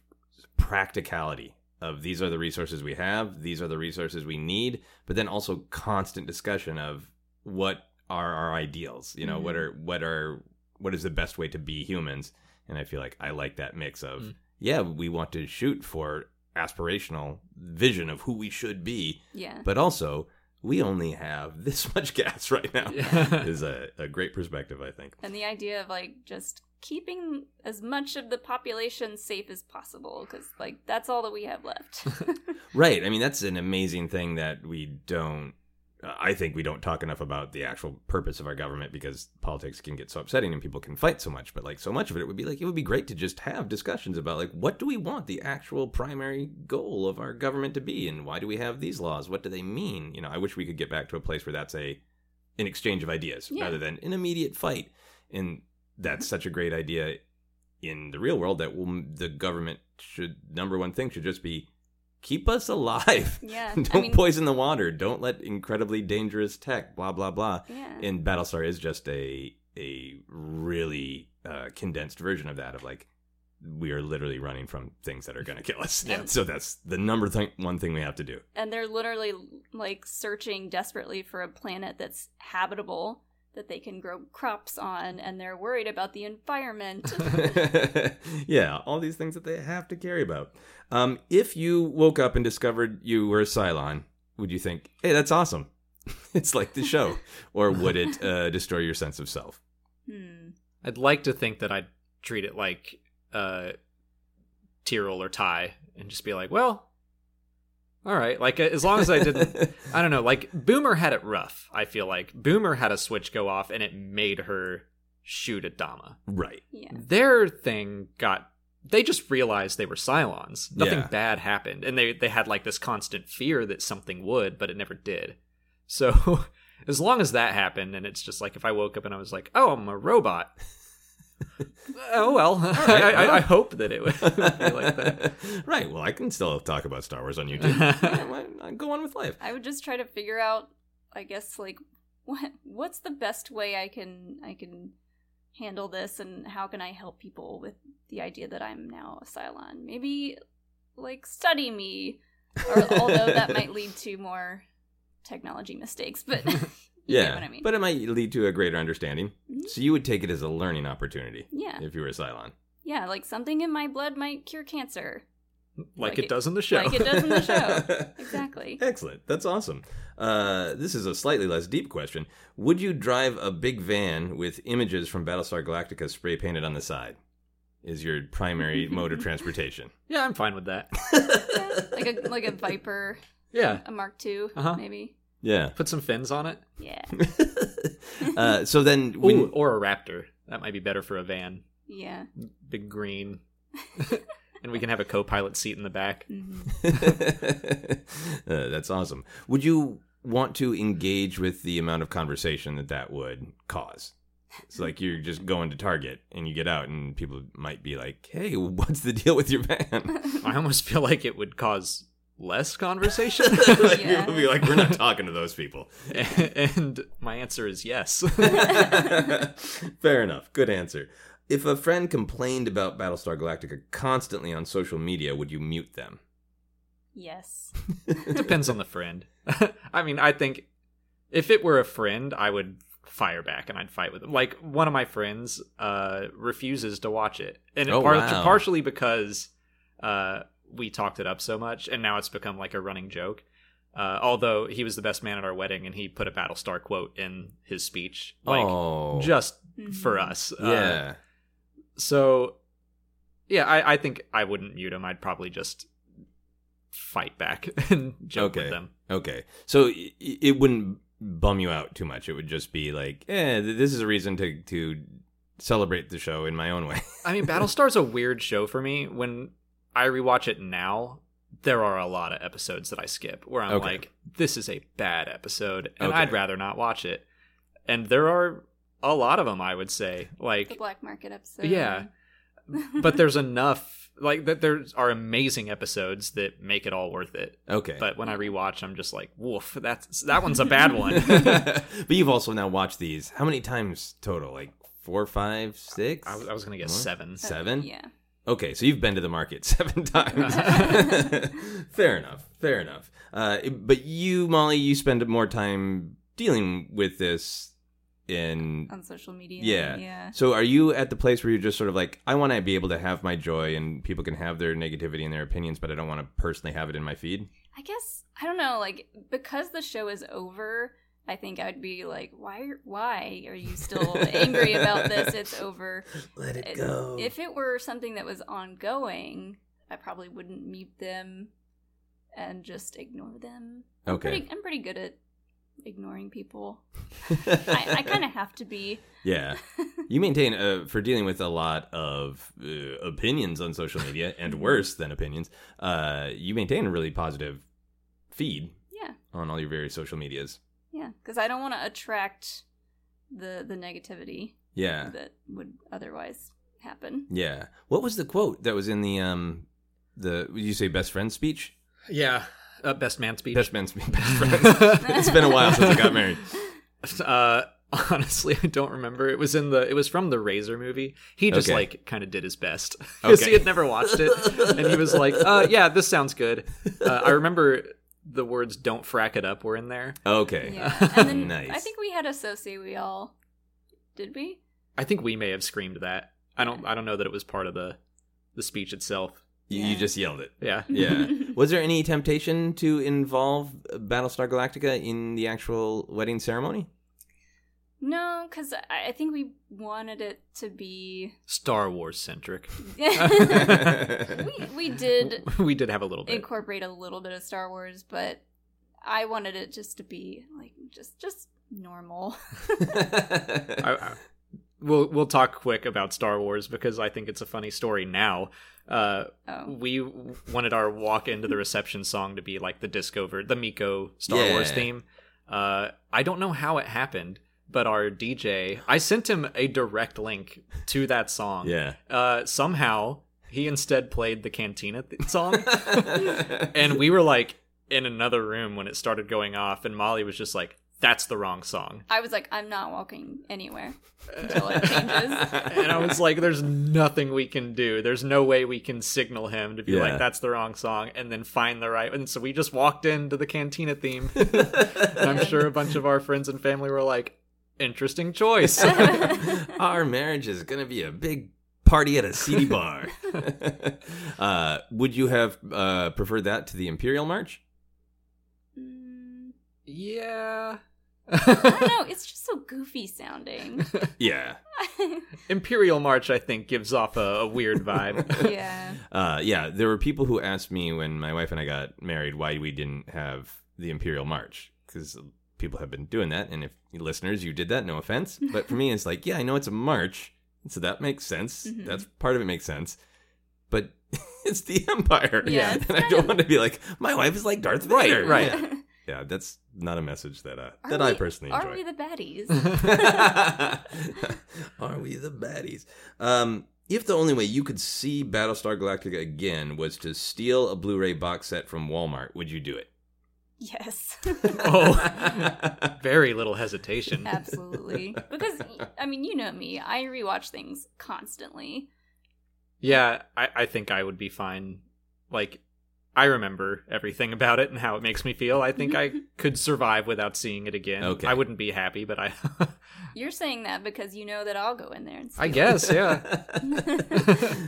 Speaker 2: practicality of these are the resources we have, these are the resources we need, but then also constant discussion of what are our ideals, you know, what are
Speaker 3: Mm-hmm.
Speaker 2: what are what is the best way to be humans? And I feel like I like that mix of
Speaker 3: Mm.
Speaker 2: yeah, we want to shoot for aspirational vision of who we should be,
Speaker 4: yeah,
Speaker 2: but also we only have this much gas right now.
Speaker 3: Yeah.
Speaker 2: is a, a great perspective, I think.
Speaker 4: and the idea of like just keeping as much of the population safe as possible because like that's all that we have left
Speaker 2: Right. I mean, that's an amazing thing that we don't. uh, I think we don't talk enough about the actual purpose of our government because politics can get so upsetting and people can fight so much. But like so much of it, it would be like it would be great to just have discussions about like what do we want the actual primary goal of our government to be, and why do we have these laws? What do they mean? You know, I wish we could get back to a place where that's a an exchange of ideas
Speaker 4: Yeah.
Speaker 2: rather than an immediate fight. And that's
Speaker 4: Mm-hmm.
Speaker 2: such a great idea in the real world that will, the government should number one thing should just be keep us alive.
Speaker 4: Yeah, I
Speaker 2: Don't
Speaker 4: mean-
Speaker 2: poison the water. Don't let incredibly dangerous tech. Blah blah blah.
Speaker 4: yeah
Speaker 2: And Battlestar is just a a really uh, condensed version of that. Of like we are literally running from things that are going to kill us.
Speaker 4: Yeah.
Speaker 2: So that's the number thing one thing we have to do.
Speaker 4: and they're literally like searching desperately for a planet that's habitable that they can grow crops on, and they're worried about the environment.
Speaker 2: yeah, all these things that they have to care about. Um, if you woke up and discovered you were a Cylon, would you think, "Hey, that's awesome"? it's like the show, or would it uh, destroy your sense of self?
Speaker 4: hmm.
Speaker 3: I'd like to think that I'd treat it like uh, Tyrell or Ty and just be like, well, all right. Like, uh, as long as I didn't, I don't know. Like, Boomer had it rough, I feel like. Boomer had a switch go off and it made her shoot at Dama.
Speaker 2: right.
Speaker 4: Yeah.
Speaker 3: Their thing got. They just realized they were Cylons. Nothing
Speaker 2: Yeah.
Speaker 3: bad happened. And they, they had like this constant fear that something would, but it never did. So as long as that happened, and it's just like if I woke up and I was like, "Oh, I'm a robot." oh well, I, I, I hope that it would, be like that.
Speaker 2: right. Well, I can still talk about Star Wars on YouTube. Yeah, why not? Go on with life.
Speaker 4: I would just try to figure out, I guess, like what what's the best way I can I can handle this, and how can I help people with the idea that I'm now a Cylon? Maybe like study me, or although that might lead to more technology mistakes, but you
Speaker 2: yeah,
Speaker 4: get what I mean.
Speaker 2: but it might lead to a greater understanding.
Speaker 4: Mhm.
Speaker 2: So you would take it as a learning opportunity
Speaker 4: yeah,
Speaker 2: if you were a Cylon.
Speaker 4: yeah, like something in my blood might cure cancer.
Speaker 3: Like,
Speaker 4: Like
Speaker 3: it,
Speaker 4: it-
Speaker 3: does in the show.
Speaker 4: like it does in the show. Exactly.
Speaker 2: Excellent. That's awesome. Uh, this is a slightly less deep question. Would you drive a big van with images from Battlestar Galactica spray painted on the side? Is your primary mode of transportation?
Speaker 3: yeah, I'm fine with that.
Speaker 4: Like a like a Viper,
Speaker 3: Yeah,
Speaker 4: a Mark II,
Speaker 3: Uh-huh.
Speaker 4: maybe.
Speaker 2: Yeah.
Speaker 3: put some fins on it,
Speaker 4: Yeah,
Speaker 2: Uh, so then,
Speaker 3: Ooh,
Speaker 2: when,
Speaker 3: or a raptor. That might be better for a van.
Speaker 4: yeah.
Speaker 3: Big green, and we can have a co-pilot seat in the back.
Speaker 4: hmm
Speaker 2: uh, that's awesome. Would you want to engage with the amount of conversation that that would cause? It's like you're just going to Target and you get out, and people might be like, "Hey, what's the deal with your van?"
Speaker 3: I almost feel like it would cause less conversation.
Speaker 2: like
Speaker 4: Yeah.
Speaker 2: people be like, "We're not talking to those people."
Speaker 3: and my answer is yes.
Speaker 2: Fair enough. Good answer. If a friend complained about Battlestar Galactica constantly on social media, would you mute them?
Speaker 4: Yes.
Speaker 3: Depends on the friend. I mean, I think if it were a friend, I would fire back and I'd fight with them. Like one of my friends uh, refuses to watch it, and it
Speaker 2: Oh,
Speaker 3: par-
Speaker 2: wow.
Speaker 3: partially because uh, we talked it up so much, and now it's become like a running joke. Uh, although he was the best man at our wedding, and he put a Battlestar quote in his speech, like
Speaker 2: oh,
Speaker 3: just for
Speaker 4: Mhm.
Speaker 3: us. Uh,
Speaker 2: yeah.
Speaker 3: so yeah I, I think i wouldn't mute him i'd probably just fight back and joke
Speaker 2: Okay.
Speaker 3: with them
Speaker 2: Okay, so i- i- it wouldn't bum you out too much. It would just be like, eh, th- this is a reason to to celebrate the show in my own way.
Speaker 3: i mean battlestar's a weird show for me when i rewatch it now there are a lot of episodes that i skip where i'm
Speaker 2: Okay.
Speaker 3: like this is a bad episode and
Speaker 2: Okay.
Speaker 3: i'd rather not watch it and there are a lot of them i would say
Speaker 4: The
Speaker 3: like
Speaker 4: black market episode.
Speaker 3: Yeah. but there's enough like that there are amazing episodes that make it all worth it
Speaker 2: Okay,
Speaker 3: but when i rewatch i'm just like woof that's that one's a bad one
Speaker 2: but you've also now watched these how many times total? Like four, five, six,
Speaker 3: I was, I was gonna guess
Speaker 2: What?
Speaker 3: seven.
Speaker 2: seven?
Speaker 4: Yeah.
Speaker 2: Okay, so you've been to the market seven times. fair enough. Fair enough. Uh, but you, Molly, you spend more time dealing with this in
Speaker 4: On social media.
Speaker 2: Yeah.
Speaker 4: Yeah.
Speaker 2: So are you at the place where you're just sort of like, I want to be able to have my joy and people can have their negativity and their opinions, but I don't want to personally have it in my feed?
Speaker 4: I guess I don't know. Like because the show is over, I think I'd be like, why? Why are you still angry about this? It's over.
Speaker 2: Let
Speaker 4: It- Uh,
Speaker 2: Oh.
Speaker 4: If it were something that was ongoing, I probably wouldn't mute them and just ignore them. I'm
Speaker 2: Okay.
Speaker 4: pretty, I'm pretty good at ignoring people. I, I kind of have to be.
Speaker 2: Yeah. You maintain, uh, for dealing with a lot of uh, opinions on social media, and
Speaker 4: Mm-hmm.
Speaker 2: worse than opinions, uh, you maintain a really positive feed
Speaker 4: Yeah.
Speaker 2: on all your various social medias.
Speaker 4: Yeah, because I don't want to attract the the negativity
Speaker 2: Yeah.
Speaker 4: that would otherwise happen.
Speaker 2: Yeah. What was the quote that was in the, um, the, would you say best friend speech?
Speaker 3: Yeah, uh, best man speech.
Speaker 2: Best man speech. Best friends. it's been a while since I got married.
Speaker 3: uh, honestly, I don't remember. It was in the. It was from the Razor movie. He just
Speaker 2: Okay.
Speaker 3: like kind of did his best because
Speaker 2: Okay.
Speaker 3: he had never watched it, and he was like, uh, "Yeah, this sounds good." Uh, I remember the words "Don't frack it up" were in there.
Speaker 2: Okay.
Speaker 4: Yeah, and then
Speaker 2: Nice.
Speaker 4: I think we had a soci we all Did we?
Speaker 3: I think we may have screamed that. I don't. I don't know that it was part of the the speech itself.
Speaker 2: You, you
Speaker 4: Yeah.
Speaker 2: just yelled it.
Speaker 3: Yeah.
Speaker 2: Yeah. Was there any temptation to involve Battlestar Galactica in the actual wedding ceremony?
Speaker 4: No, because I I think we wanted it to be.
Speaker 3: Star Wars centric.
Speaker 4: we we did
Speaker 3: we did have a little bit.
Speaker 4: incorporate a little bit of Star Wars, but I wanted it just to be like just just normal.
Speaker 3: I, I, we'll we'll talk quick about Star Wars because I think it's a funny story now. Uh,
Speaker 4: Oh,
Speaker 3: we wanted our walk into the reception song to be like the disco ver- the Miko Star
Speaker 2: Yeah.
Speaker 3: Wars theme. Uh, I don't know how it happened, but our DJ, I sent him a direct link to that song.
Speaker 2: yeah.
Speaker 3: Uh, somehow he instead played the Cantina th- song,
Speaker 2: and
Speaker 3: and we were like in another room when it started going off, and Molly was just like, "That's the wrong song."
Speaker 4: I was like, I'm not walking anywhere until it changes.
Speaker 3: and I was like, "There's nothing we can do. There's no way we can signal him to be
Speaker 2: Yeah.
Speaker 3: like that's the wrong song, and then find the right." And so we just walked into the cantina theme. and I'm sure a bunch of our friends and family were like, "Interesting choice."
Speaker 2: Our marriage is going to be a big party at a seedy bar. uh, would you have uh, preferred that to the Imperial March?
Speaker 4: Mm,
Speaker 3: yeah.
Speaker 4: I don't know. It's just so goofy sounding.
Speaker 2: Yeah.
Speaker 3: Imperial March, I think, gives off a, a weird vibe.
Speaker 4: yeah.
Speaker 2: Uh, yeah, there were people who asked me when my wife and I got married why we didn't have the Imperial March because people have been doing that, and if listeners, you did that, no offense, but for me, it's like, yeah, I know it's a march, so that makes sense.
Speaker 3: Mm-hmm.
Speaker 4: Mhm.
Speaker 2: That's part of it makes sense, but it's the Empire,
Speaker 4: Yeah, it's
Speaker 2: and I
Speaker 4: kind
Speaker 2: don't
Speaker 4: of-
Speaker 2: want to be like my wife is like Darth Vader,
Speaker 3: right.
Speaker 2: Yeah, Yeah, that's not a message that uh,
Speaker 4: Are
Speaker 2: that I
Speaker 4: we-
Speaker 2: personally
Speaker 4: Are
Speaker 2: enjoy.
Speaker 4: we the baddies?
Speaker 2: Are we the baddies? Um, if the only way you could see Battlestar Galactica again was to steal a Blu-ray box set from Walmart, would you do it?
Speaker 4: yes.
Speaker 3: Oh. Very little hesitation.
Speaker 4: Absolutely. Because I mean, you know me. I rewatch things constantly.
Speaker 3: Yeah, I, I think I would be fine. Like, I remember everything about it and how it makes me feel. I think I could survive without seeing it again.
Speaker 2: Okay.
Speaker 3: I wouldn't be happy, but I.
Speaker 4: You're saying that because you know that I'll go in there and see.
Speaker 3: I guess, yeah.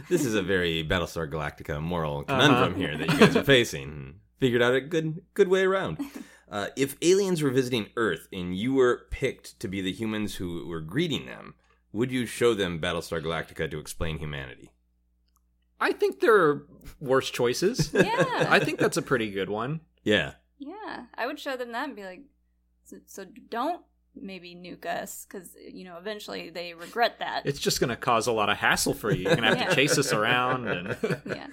Speaker 2: this is a very Battlestar Galactica moral conundrum
Speaker 3: Uh-huh.
Speaker 2: here that you guys are facing. Figured out a good good way around. Uh, if aliens were visiting Earth and you were picked to be the humans who were greeting them, would you show them Battlestar Galactica to explain humanity?
Speaker 3: I think there are worse choices.
Speaker 4: Yeah.
Speaker 3: I think that's a pretty good one.
Speaker 2: Yeah.
Speaker 4: Yeah, I would show them that and be like, so, so don't maybe nuke us because you know eventually they regret that.
Speaker 3: It's just going to cause a lot of hassle for you. You're going to have
Speaker 4: Yeah.
Speaker 3: to chase us around. And
Speaker 4: yeah,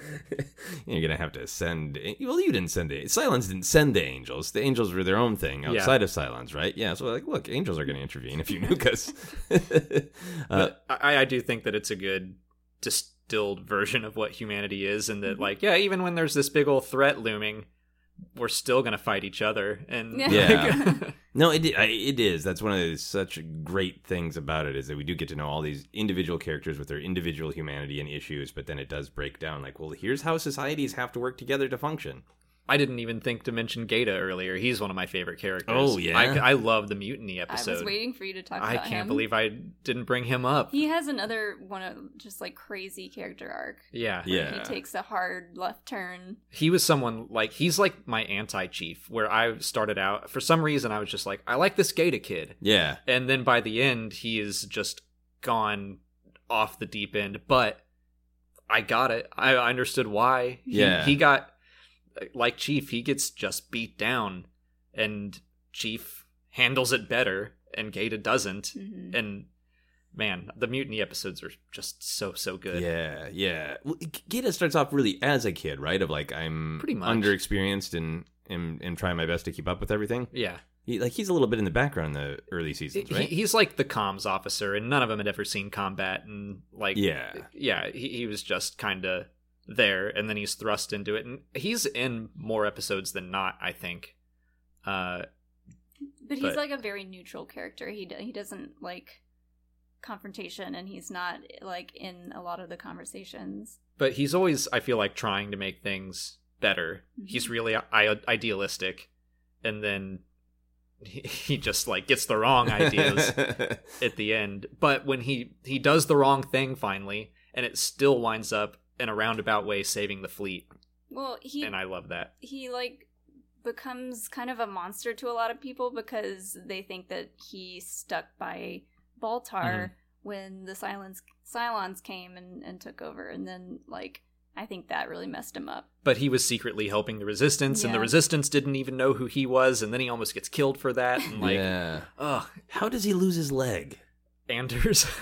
Speaker 2: You're gonna have to send. Well, you didn't send it. Cylons didn't send the angels. The angels were their own thing
Speaker 3: Yeah.
Speaker 2: outside of Cylons, right? Yeah. So like, look, angels are gonna intervene if you nuke us. uh,
Speaker 3: But I, I do think that it's a good distilled version of what humanity is, and that like, yeah, even when there's this big old threat looming, we're still gonna fight each other. And
Speaker 2: Yeah. no, it i- it is. That's one of the such great things about it is that we do get to know all these individual characters with their individual humanity and issues, but then it does break down. Like, well, here's how societies have to work together to function.
Speaker 3: I didn't even think to mention Gata earlier. He's one of my favorite characters.
Speaker 2: Oh, yeah?
Speaker 3: I, I love the mutiny
Speaker 4: I
Speaker 3: episode.
Speaker 4: was waiting for you to talk.
Speaker 3: I
Speaker 4: about
Speaker 3: can't
Speaker 4: him.
Speaker 3: believe I didn't bring him up.
Speaker 4: he has another one of just like crazy character arc.
Speaker 3: yeah.
Speaker 2: Yeah.
Speaker 4: He takes a hard left turn.
Speaker 3: he was someone like he's like my anti-chief. Where I started out for some reason, I was just like, I like this Gata kid.
Speaker 2: Yeah.
Speaker 3: and then by the end he is just gone off the deep end but i got it i I understood why he,
Speaker 2: Yeah.
Speaker 3: he got like chief he gets just beat down and chief handles it better and gata doesn't
Speaker 4: Mhm.
Speaker 3: and man the mutiny episodes are just so so good
Speaker 2: Yeah, yeah. Well, G- Gita starts off really as a kid, right? Of like I'm
Speaker 3: Pretty much.
Speaker 2: underexperienced and and and trying my best to keep up with everything.
Speaker 3: yeah
Speaker 2: He, like he's a little bit in the background in the early seasons,
Speaker 3: He-
Speaker 2: right?
Speaker 3: he's like the comms officer and none of them had ever seen combat and like
Speaker 2: yeah,
Speaker 3: yeah, he, he was just kind of there, and then he's thrust into it, and he's in more episodes than not, I think. Uh,
Speaker 4: But he's
Speaker 3: But-
Speaker 4: like a very neutral character. He d- he doesn't like confrontation, and he's not like in a lot of the conversations.
Speaker 3: but he's always, I feel like, trying to make things better. He's really I- idealistic, and then he, he just like gets the wrong ideas at the end. But when he he does the wrong thing finally, and it still winds up in a roundabout way saving the fleet,
Speaker 4: Well, he
Speaker 3: and I love that.
Speaker 4: he like becomes kind of a monster to a lot of people because they think that he stuck by Baltar
Speaker 3: Mm-hmm.
Speaker 4: when the Cylons Cylons came and, and took over, and then like I think that really messed him up.
Speaker 3: But he was secretly helping the resistance, and the
Speaker 4: Yeah.
Speaker 3: resistance didn't even know who he was, and then he almost gets killed for that. And like,
Speaker 2: yeah.
Speaker 3: ugh,
Speaker 2: How does he lose his leg?
Speaker 3: Anders.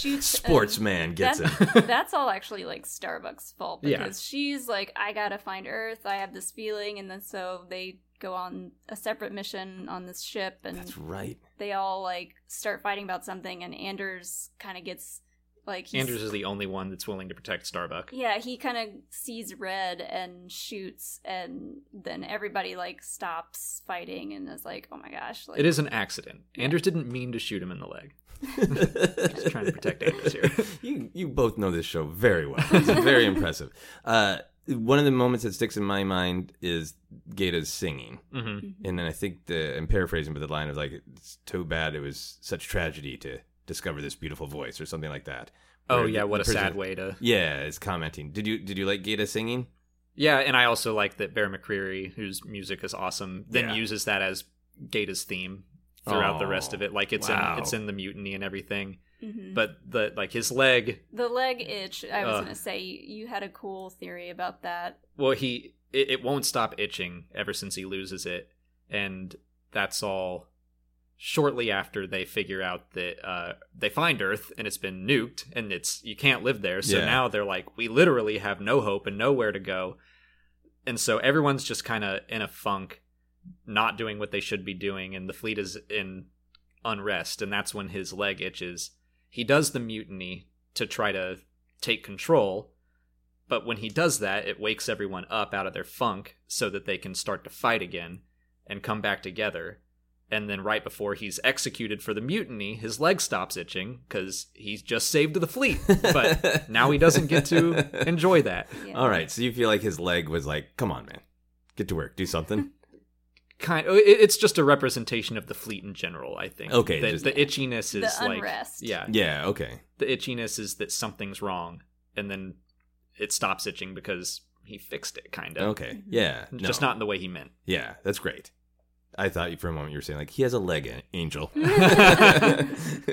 Speaker 4: shoots a-
Speaker 2: Sportsman gets it.
Speaker 4: that's, that's all actually like Starbucks' fault
Speaker 3: Yeah.
Speaker 4: because she's like, I gotta find Earth. I have this feeling, and then so they go on a separate mission on this ship, and
Speaker 2: That's right.
Speaker 4: they all like start fighting about something, and Anders kind of gets like he's,
Speaker 3: Anders is the only one that's willing to protect Starbuck.
Speaker 4: yeah, he kind of sees red and shoots, and then everybody like stops fighting and is like, oh my gosh, like
Speaker 3: It is an accident. Anders didn't mean to shoot him in the leg.
Speaker 2: Just
Speaker 3: trying to protect Anders here.
Speaker 2: You you both know this show very well. It's very impressive. Uh, one of the moments that sticks in my mind is Gata's singing,
Speaker 3: hmm
Speaker 4: Mm-hmm.
Speaker 2: and then I think the I'm paraphrasing, but the line of like, "It's too bad it was such tragedy to discover this beautiful voice" or something like that.
Speaker 3: Oh
Speaker 2: Where
Speaker 3: yeah,
Speaker 2: the-
Speaker 3: what
Speaker 2: the
Speaker 3: a sad
Speaker 2: person-
Speaker 3: way to.
Speaker 2: Yeah, it's commenting. Did you did you like Gata singing?
Speaker 3: Yeah, and I also like that Bear McCreary, whose music is awesome, then
Speaker 2: Yeah.
Speaker 3: uses that as Gata's theme throughout the
Speaker 2: Oh,
Speaker 3: rest of it. Like it's
Speaker 2: wow.
Speaker 3: in it's in the mutiny and everything.
Speaker 4: Mhm.
Speaker 3: But the like his leg,
Speaker 4: the leg itch. I was
Speaker 3: Ugh.
Speaker 4: gonna say you had a cool theory about that.
Speaker 3: well, he it, it won't stop itching ever since he loses it, and that's all. Shortly after they figure out that uh, they find Earth and it's been nuked and it's you can't live there, so
Speaker 2: Yeah.
Speaker 3: now they're like we literally have no hope and nowhere to go, and so everyone's just kind of in a funk, not doing what they should be doing, and the fleet is in unrest, and that's when his leg itches. He does the mutiny to try to take control, but when he does that, it wakes everyone up out of their funk so that they can start to fight again and come back together. And then, right before he's executed for the mutiny, his leg stops itching because he's just saved the fleet. But now he doesn't get to enjoy that.
Speaker 4: Yeah.
Speaker 2: All right, so you feel like his leg was like, "Come on, man, get to work, do something."
Speaker 3: Kind, it- it's just a representation of the fleet in general. I think.
Speaker 2: Okay,
Speaker 3: the,
Speaker 2: just-
Speaker 3: the itchiness
Speaker 4: The
Speaker 3: is like
Speaker 4: unrest.
Speaker 3: yeah,
Speaker 2: yeah, okay.
Speaker 3: the itchiness is that something's wrong, and then it stops itching because he fixed it, kind of.
Speaker 2: Okay. Yeah.
Speaker 3: just
Speaker 2: no.
Speaker 3: not in the way he meant.
Speaker 2: Yeah, that's great. I thought you for a moment you were saying like he has a leg an- angel,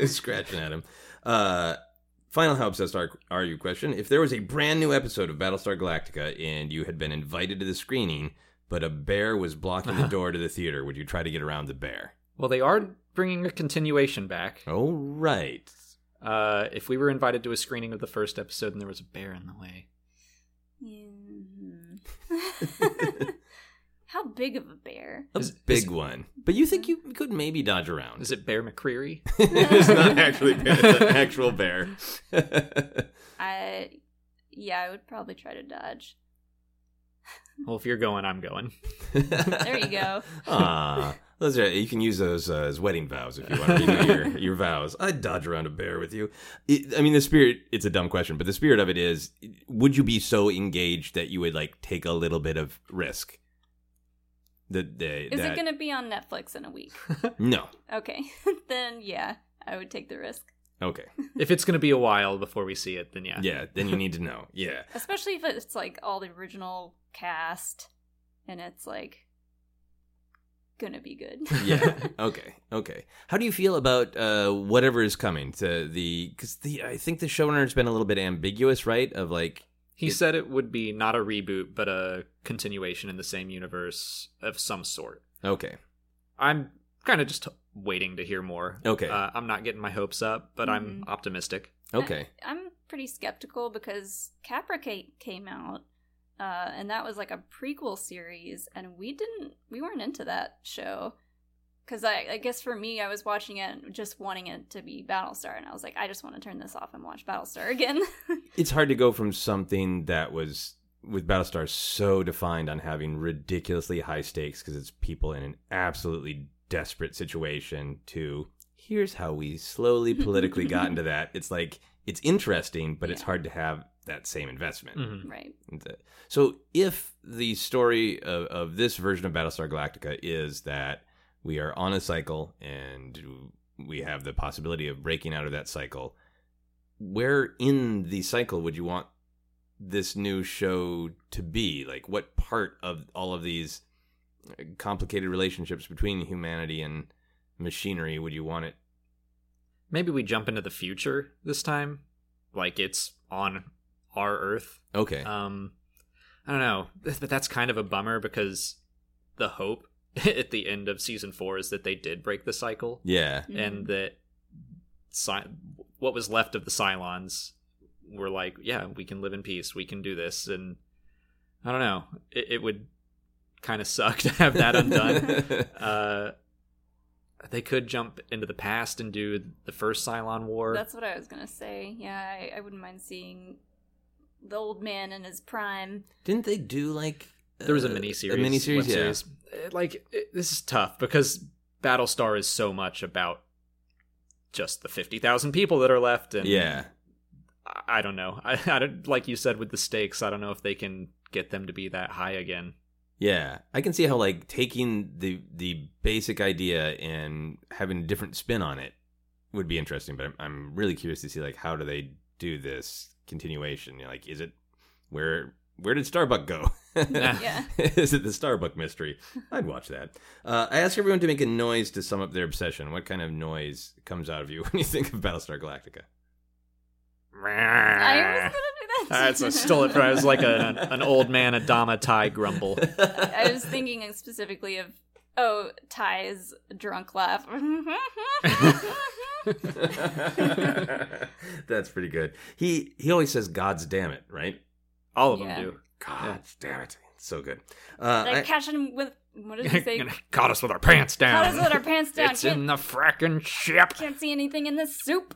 Speaker 2: scratching at him. Uh, final how obsessed are, are you? Question: If there was a brand new episode of Battlestar Galactica and you had been invited to the screening, but a bear was blocking the door to the theater, would you try to get around the bear?
Speaker 3: Well, they are bringing a continuation back.
Speaker 2: Oh right.
Speaker 3: Uh, if we were invited to a screening of the first episode and there was a bear in the way,
Speaker 4: Mhm. How big of a bear?
Speaker 2: A
Speaker 3: Is-
Speaker 2: big
Speaker 3: is-
Speaker 2: one, but you think you could maybe dodge around.
Speaker 3: is it Bear McCreary?
Speaker 2: it's not actually a bear, it's an actual bear.
Speaker 4: I yeah, I would probably try to dodge.
Speaker 3: well, if you're going, I'm going.
Speaker 4: There you go.
Speaker 2: Ah, those are you can use those uh, as wedding vows if you want to renew your your vows. I'd dodge around a bear with you. It, I mean, the spirit. It's a dumb question, but the spirit of it is: Would you be so engaged that you would like take a little bit of risk? That they
Speaker 4: Is
Speaker 2: that,
Speaker 4: it going to be on Netflix in a week?
Speaker 2: no.
Speaker 4: Okay, then yeah, I would take the risk,
Speaker 2: Okay.
Speaker 3: if it's going to be a while before we see it, then yeah.
Speaker 2: Yeah. Then you need to know. Yeah.
Speaker 4: especially if it's like all the original cast, and it's like gonna be good.
Speaker 2: yeah. Okay. Okay. How do you feel about uh, whatever is coming to the? Because the I think the showrunner has been a little bit ambiguous, right? Of like,
Speaker 3: He said it would be not a reboot, but a continuation in the same universe of some sort.
Speaker 2: okay,
Speaker 3: I'm kind of just waiting to hear more.
Speaker 2: Okay.
Speaker 3: Uh, I'm not getting my hopes up, but I'm optimistic.
Speaker 2: okay.
Speaker 4: I'm pretty skeptical because Capra ca- came out, uh, and that was like a prequel series, and we didn't, we weren't into that show. Because I, I guess for me, I was watching it and just wanting it to be Battlestar, and I was like, I just want to turn this off and watch Battlestar again.
Speaker 2: it's hard to go from something that was with Battlestar so defined on having ridiculously high stakes because it's people in an absolutely desperate situation to here's how we slowly politically got into that. It's like it's interesting, but it's
Speaker 4: Yeah.
Speaker 2: hard to have that same investment.
Speaker 3: Mhm.
Speaker 4: right.
Speaker 2: Th- So, if the story of, of this version of Battlestar Galactica is that we are on a cycle and we have the possibility of breaking out of that cycle. Where in the cycle would you want this new show to be? Like, what part of all of these complicated relationships between humanity and machinery would you want it?
Speaker 3: Maybe we jump into the future this time, like it's on our Earth.
Speaker 2: Okay.
Speaker 3: Um, I don't know, but that's kind of a bummer because the hope at the end of season four is that they did break the cycle
Speaker 2: yeah.
Speaker 4: Mm-hmm.
Speaker 3: and that Cy- what was left of the Cylons were like, yeah, we can live in peace, we can do this, and I don't know, it, it would kind of suck to have that undone. uh, they could jump into the past and do the first Cylon War.
Speaker 4: That's what I was gonna say. Yeah, I, I wouldn't mind seeing the old man in his prime.
Speaker 2: Didn't they do like
Speaker 3: there was a
Speaker 2: uh,
Speaker 3: miniseries.
Speaker 2: A miniseries,
Speaker 3: web
Speaker 2: yeah.
Speaker 3: series. Uh, Like it, this is tough because Battlestar is so much about just the fifty thousand people that are left, and
Speaker 2: Yeah.
Speaker 3: I, I don't know. I, I don't, like you said with the stakes. I don't know if they can get them to be that high again.
Speaker 2: Yeah, I can see how like taking the the basic idea and having a different spin on it would be interesting. But I'm, I'm really curious to see like how do they do this continuation? You know, like, is it where where did Starbuck go?
Speaker 4: Yeah.
Speaker 2: is it the Starbuck mystery? I'd watch that. Uh, I ask everyone to make a noise to sum up their obsession. What kind of noise comes out of you when you think of Battlestar Galactica?
Speaker 4: I was gonna do
Speaker 3: Ah.
Speaker 4: that.
Speaker 3: That's I stole it from. It was like a, an old man Adama Tai grumble.
Speaker 4: I was thinking specifically of oh Ty's drunk laugh.
Speaker 2: That's pretty good. He he always says "God's damn it," right?
Speaker 3: All of
Speaker 4: Yeah.
Speaker 3: them do.
Speaker 2: God damn it! So good. Uh,
Speaker 4: They're
Speaker 2: I-
Speaker 4: catching him with what did he say?
Speaker 3: Caught us with our pants down.
Speaker 4: Caught us with our pants down.
Speaker 3: It's
Speaker 4: Can't,
Speaker 3: in the fracking ship.
Speaker 4: can't see anything in this soup.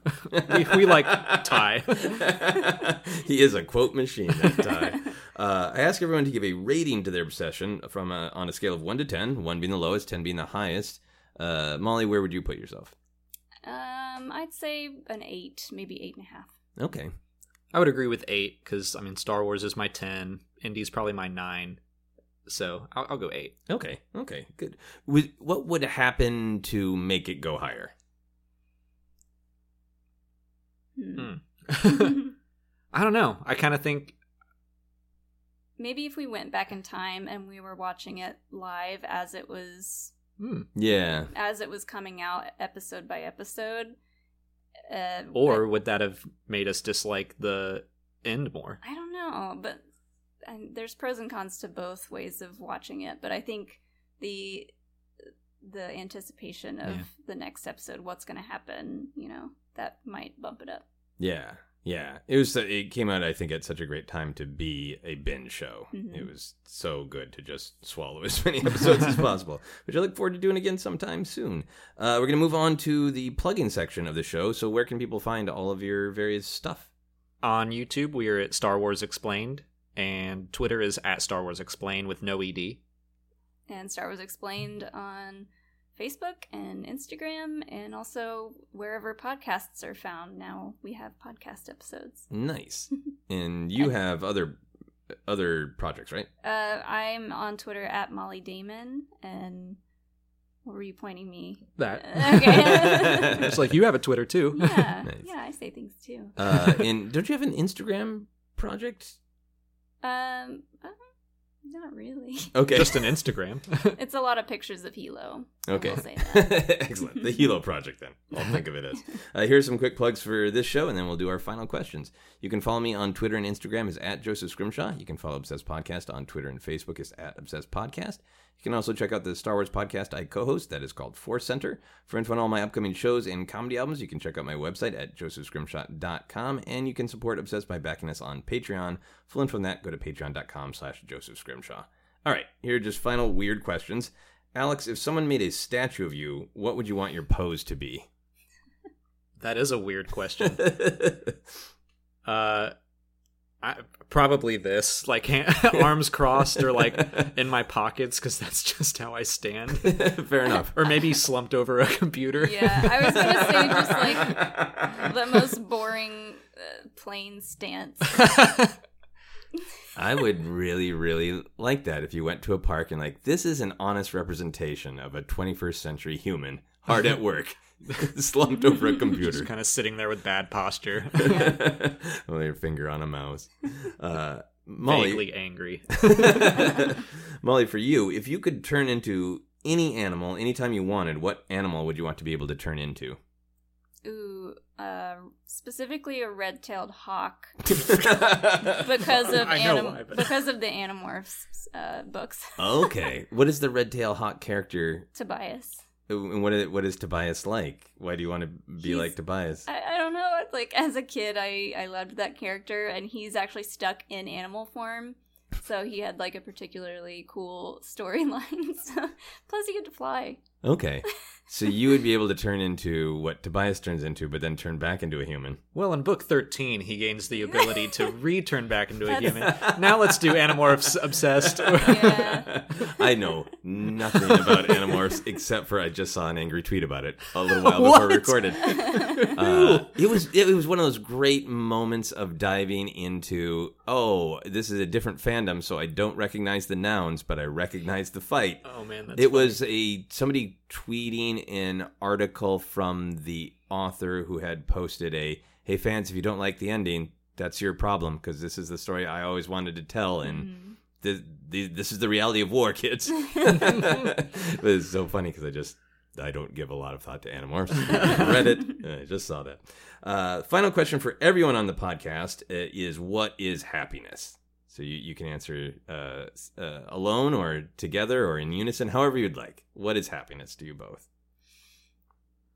Speaker 3: we, we like Ty.
Speaker 2: he is a quote machine. That guy. Uh, I ask everyone to give a rating to their obsession from a, on a scale of one to ten, one being the lowest, ten being the highest. Uh, Molly, where would you put yourself?
Speaker 4: Um, I'd say an eight, maybe eight and a half.
Speaker 2: Okay.
Speaker 3: I would agree with eight because I mean Star Wars is my ten, Indy's probably my nine, so I'll, I'll go eight.
Speaker 2: Okay. Okay. Good. Would, what would happen to make it go higher?
Speaker 4: Hmm.
Speaker 3: I don't know. I kind of think
Speaker 4: maybe if we went back in time and we were watching it live as it was
Speaker 3: hmm,
Speaker 2: Yeah.
Speaker 4: as it was coming out episode by episode uh,
Speaker 3: or would that have made us dislike the end more?
Speaker 4: I, I don't know but and there's pros and cons to both ways of watching it but i think the the anticipation of
Speaker 3: Yeah.
Speaker 4: the next episode what's going to happen you know that might bump it up
Speaker 2: Yeah, yeah. It was. It came out, I think, at such a great time to be a binge show.
Speaker 4: Mhm.
Speaker 2: It was so good to just swallow as many episodes as possible, which I look forward to doing again sometime soon. Uh, we're gonna move on to the plugging section of the show. So, where can people find all of your various stuff?
Speaker 3: On YouTube, we are at Star Wars Explained, and Twitter is at Star Wars Explained with no E ed.
Speaker 4: and star wars explained on facebook and instagram and also wherever podcasts are found now we have podcast episodes
Speaker 2: Nice. and you have other other projects, right?
Speaker 4: Uh, I'm on Twitter at Molly Damon, and what were you pointing me?
Speaker 3: That.
Speaker 4: Okay.
Speaker 3: It's like you have a Twitter too.
Speaker 4: yeah,
Speaker 2: Nice.
Speaker 4: yeah, I say things too.
Speaker 2: Uh, and don't you have an Instagram project?
Speaker 4: Um, uh, not really.
Speaker 2: Okay.
Speaker 3: Just an Instagram.
Speaker 4: It's a lot of pictures of Hilo. I
Speaker 2: Okay.
Speaker 4: will say that.
Speaker 2: Excellent. The Hilo Project, then. I'll think of it as. Uh, here's some quick plugs for this show, and then we'll do our final questions. You can follow me on Twitter and Instagram is at Joseph Scrimshaw. You can follow Obsessed Podcast on Twitter and Facebook is at Obsessed Podcast. You can also check out the Star Wars podcast I co host that is called Force Center. For info on all my upcoming shows and comedy albums, you can check out my website at josephscrimshaw.com, and you can support Obsessed by backing us on Patreon. Full info on that, go to patreon.com slash Joseph Scrimshaw. All right, here are just final weird questions. Alex, if someone made a statue of you, what would you want your pose to be?
Speaker 3: that is a weird question. uh I, probably this like hand, arms crossed or like in my pockets because that's just how i stand
Speaker 2: Fair enough.
Speaker 3: or maybe slumped over a computer
Speaker 4: yeah, I was gonna say just like the most boring uh, plain stance.
Speaker 2: I would really, really like that if you went to a park and like this is an honest representation of a 21st century human hard at work, slumped over a computer,
Speaker 3: Just kind of sitting there with bad posture,
Speaker 2: with their finger on a mouse. Uh, Molly,
Speaker 3: vaguely angry.
Speaker 2: Molly, for you, if you could turn into any animal anytime you wanted, what animal would you want to be able to turn into?
Speaker 4: Ooh, uh, specifically a red-tailed hawk because of
Speaker 3: I know
Speaker 4: anim-
Speaker 3: why, but-
Speaker 4: because of the Animorphs uh, books.
Speaker 2: okay, what is the red tail hawk character?
Speaker 4: Tobias.
Speaker 2: And what is, what is Tobias like? Why do you want to be
Speaker 4: He's-
Speaker 2: like Tobias?
Speaker 4: I, I don't know. It's like as a kid, I I loved that character, and he's actually stuck in animal form, so he had like a particularly cool storyline. So, plus, he could fly.
Speaker 2: Okay. So you would be able to turn into what Tobias turns into, but then turn back into a human.
Speaker 3: Well, in book 13, he gains the ability to return back into a
Speaker 4: That's-
Speaker 3: human. Now let's do Animorphs Obsessed.
Speaker 4: Yeah.
Speaker 2: I know nothing about Animorphs except for I just saw an angry tweet about it a little while before
Speaker 3: What?
Speaker 2: we recorded. Uh, it was it was one of those great moments of diving into oh this is a different fandom, so I don't recognize the nouns, but I recognize the fight.
Speaker 3: oh, man. That's
Speaker 2: it was a somebody tweeting an article from the author who had posted a hey fans if you don't like the ending that's your problem because this is the story i always wanted to tell
Speaker 4: Mm-hmm.
Speaker 2: and th- th- this is the reality of war kids but it's so funny because i just i don't give a lot of thought to animorphs I read it and i just saw that uh, final question for everyone on the podcast uh, is what is happiness so you, you can answer uh, s- uh, alone or together or in unison, however you'd like. What is happiness to you both?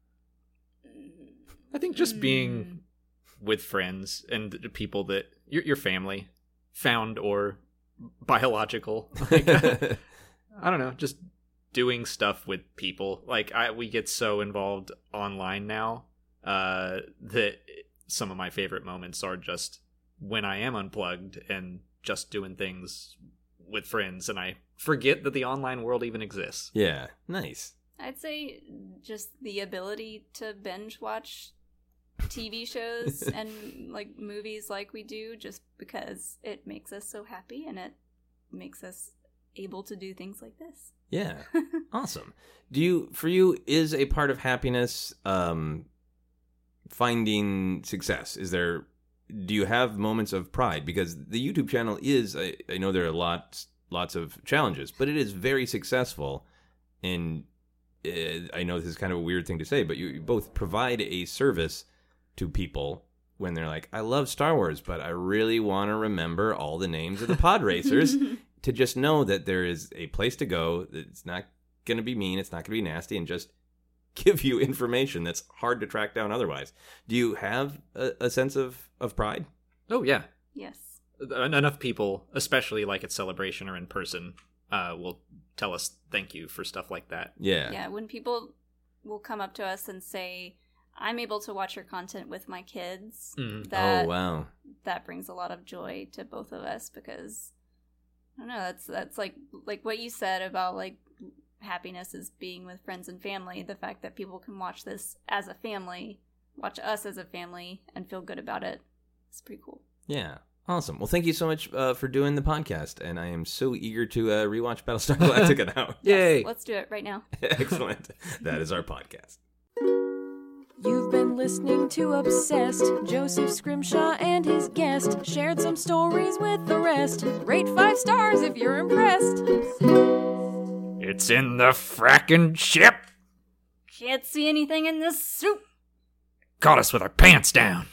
Speaker 3: I think just being
Speaker 4: Hmm.
Speaker 3: with friends and the people that your, your family, found or biological. Like, I don't know, just doing stuff with people. Like I, we get so involved online now uh, that some of my favorite moments are just when I am unplugged and just doing things with friends, and I forget that the online world even exists.
Speaker 2: yeah, nice.
Speaker 4: I'd say just the ability to binge watch TV shows and like movies like we do, just because it makes us so happy and it makes us able to do things like this.
Speaker 2: Yeah, awesome. Do you for you is a part of happiness um, finding success? Is there do you have moments of pride because the YouTube channel is I, I know there are lots lots of challenges, but it is very successful and uh, I know this is kind of a weird thing to say, but you, you both provide a service to people when they're like, I love Star Wars, but I really want to remember all the names of the pod racers to just know that there is a place to go that's not going to be mean, it's not going to be nasty, and just give you information that's hard to track down otherwise. Do you have a, a sense of, of pride?
Speaker 3: Oh yeah, Uh,
Speaker 4: Yes.
Speaker 3: En- enough people, especially like at celebration or in person, uh, will tell us thank you for stuff like that.
Speaker 2: Yeah.
Speaker 4: Yeah, when people will come up to us and say, "I'm able to watch your content with my kids,"
Speaker 3: Mhm.
Speaker 4: that
Speaker 2: oh, wow.
Speaker 4: that brings a lot of joy to both of us because I don't know. That's that's like like what you said about like happiness is being with friends and family. The fact that people can watch this as a family, watch us as a family, and feel good about it. It's pretty cool.
Speaker 2: Yeah. Awesome. Well, thank you so much uh, for doing the podcast, and I am so eager to uh, rewatch Battlestar Galactica now.
Speaker 3: Yay!
Speaker 4: Let's do it right now.
Speaker 2: Excellent. That is our podcast.
Speaker 1: You've been listening to Obsessed. Joseph Scrimshaw and his guest shared some stories with the rest. Rate five stars if you're impressed.
Speaker 3: It's in the fracking ship.
Speaker 4: Can't see anything in this soup.
Speaker 3: Caught us with our pants down.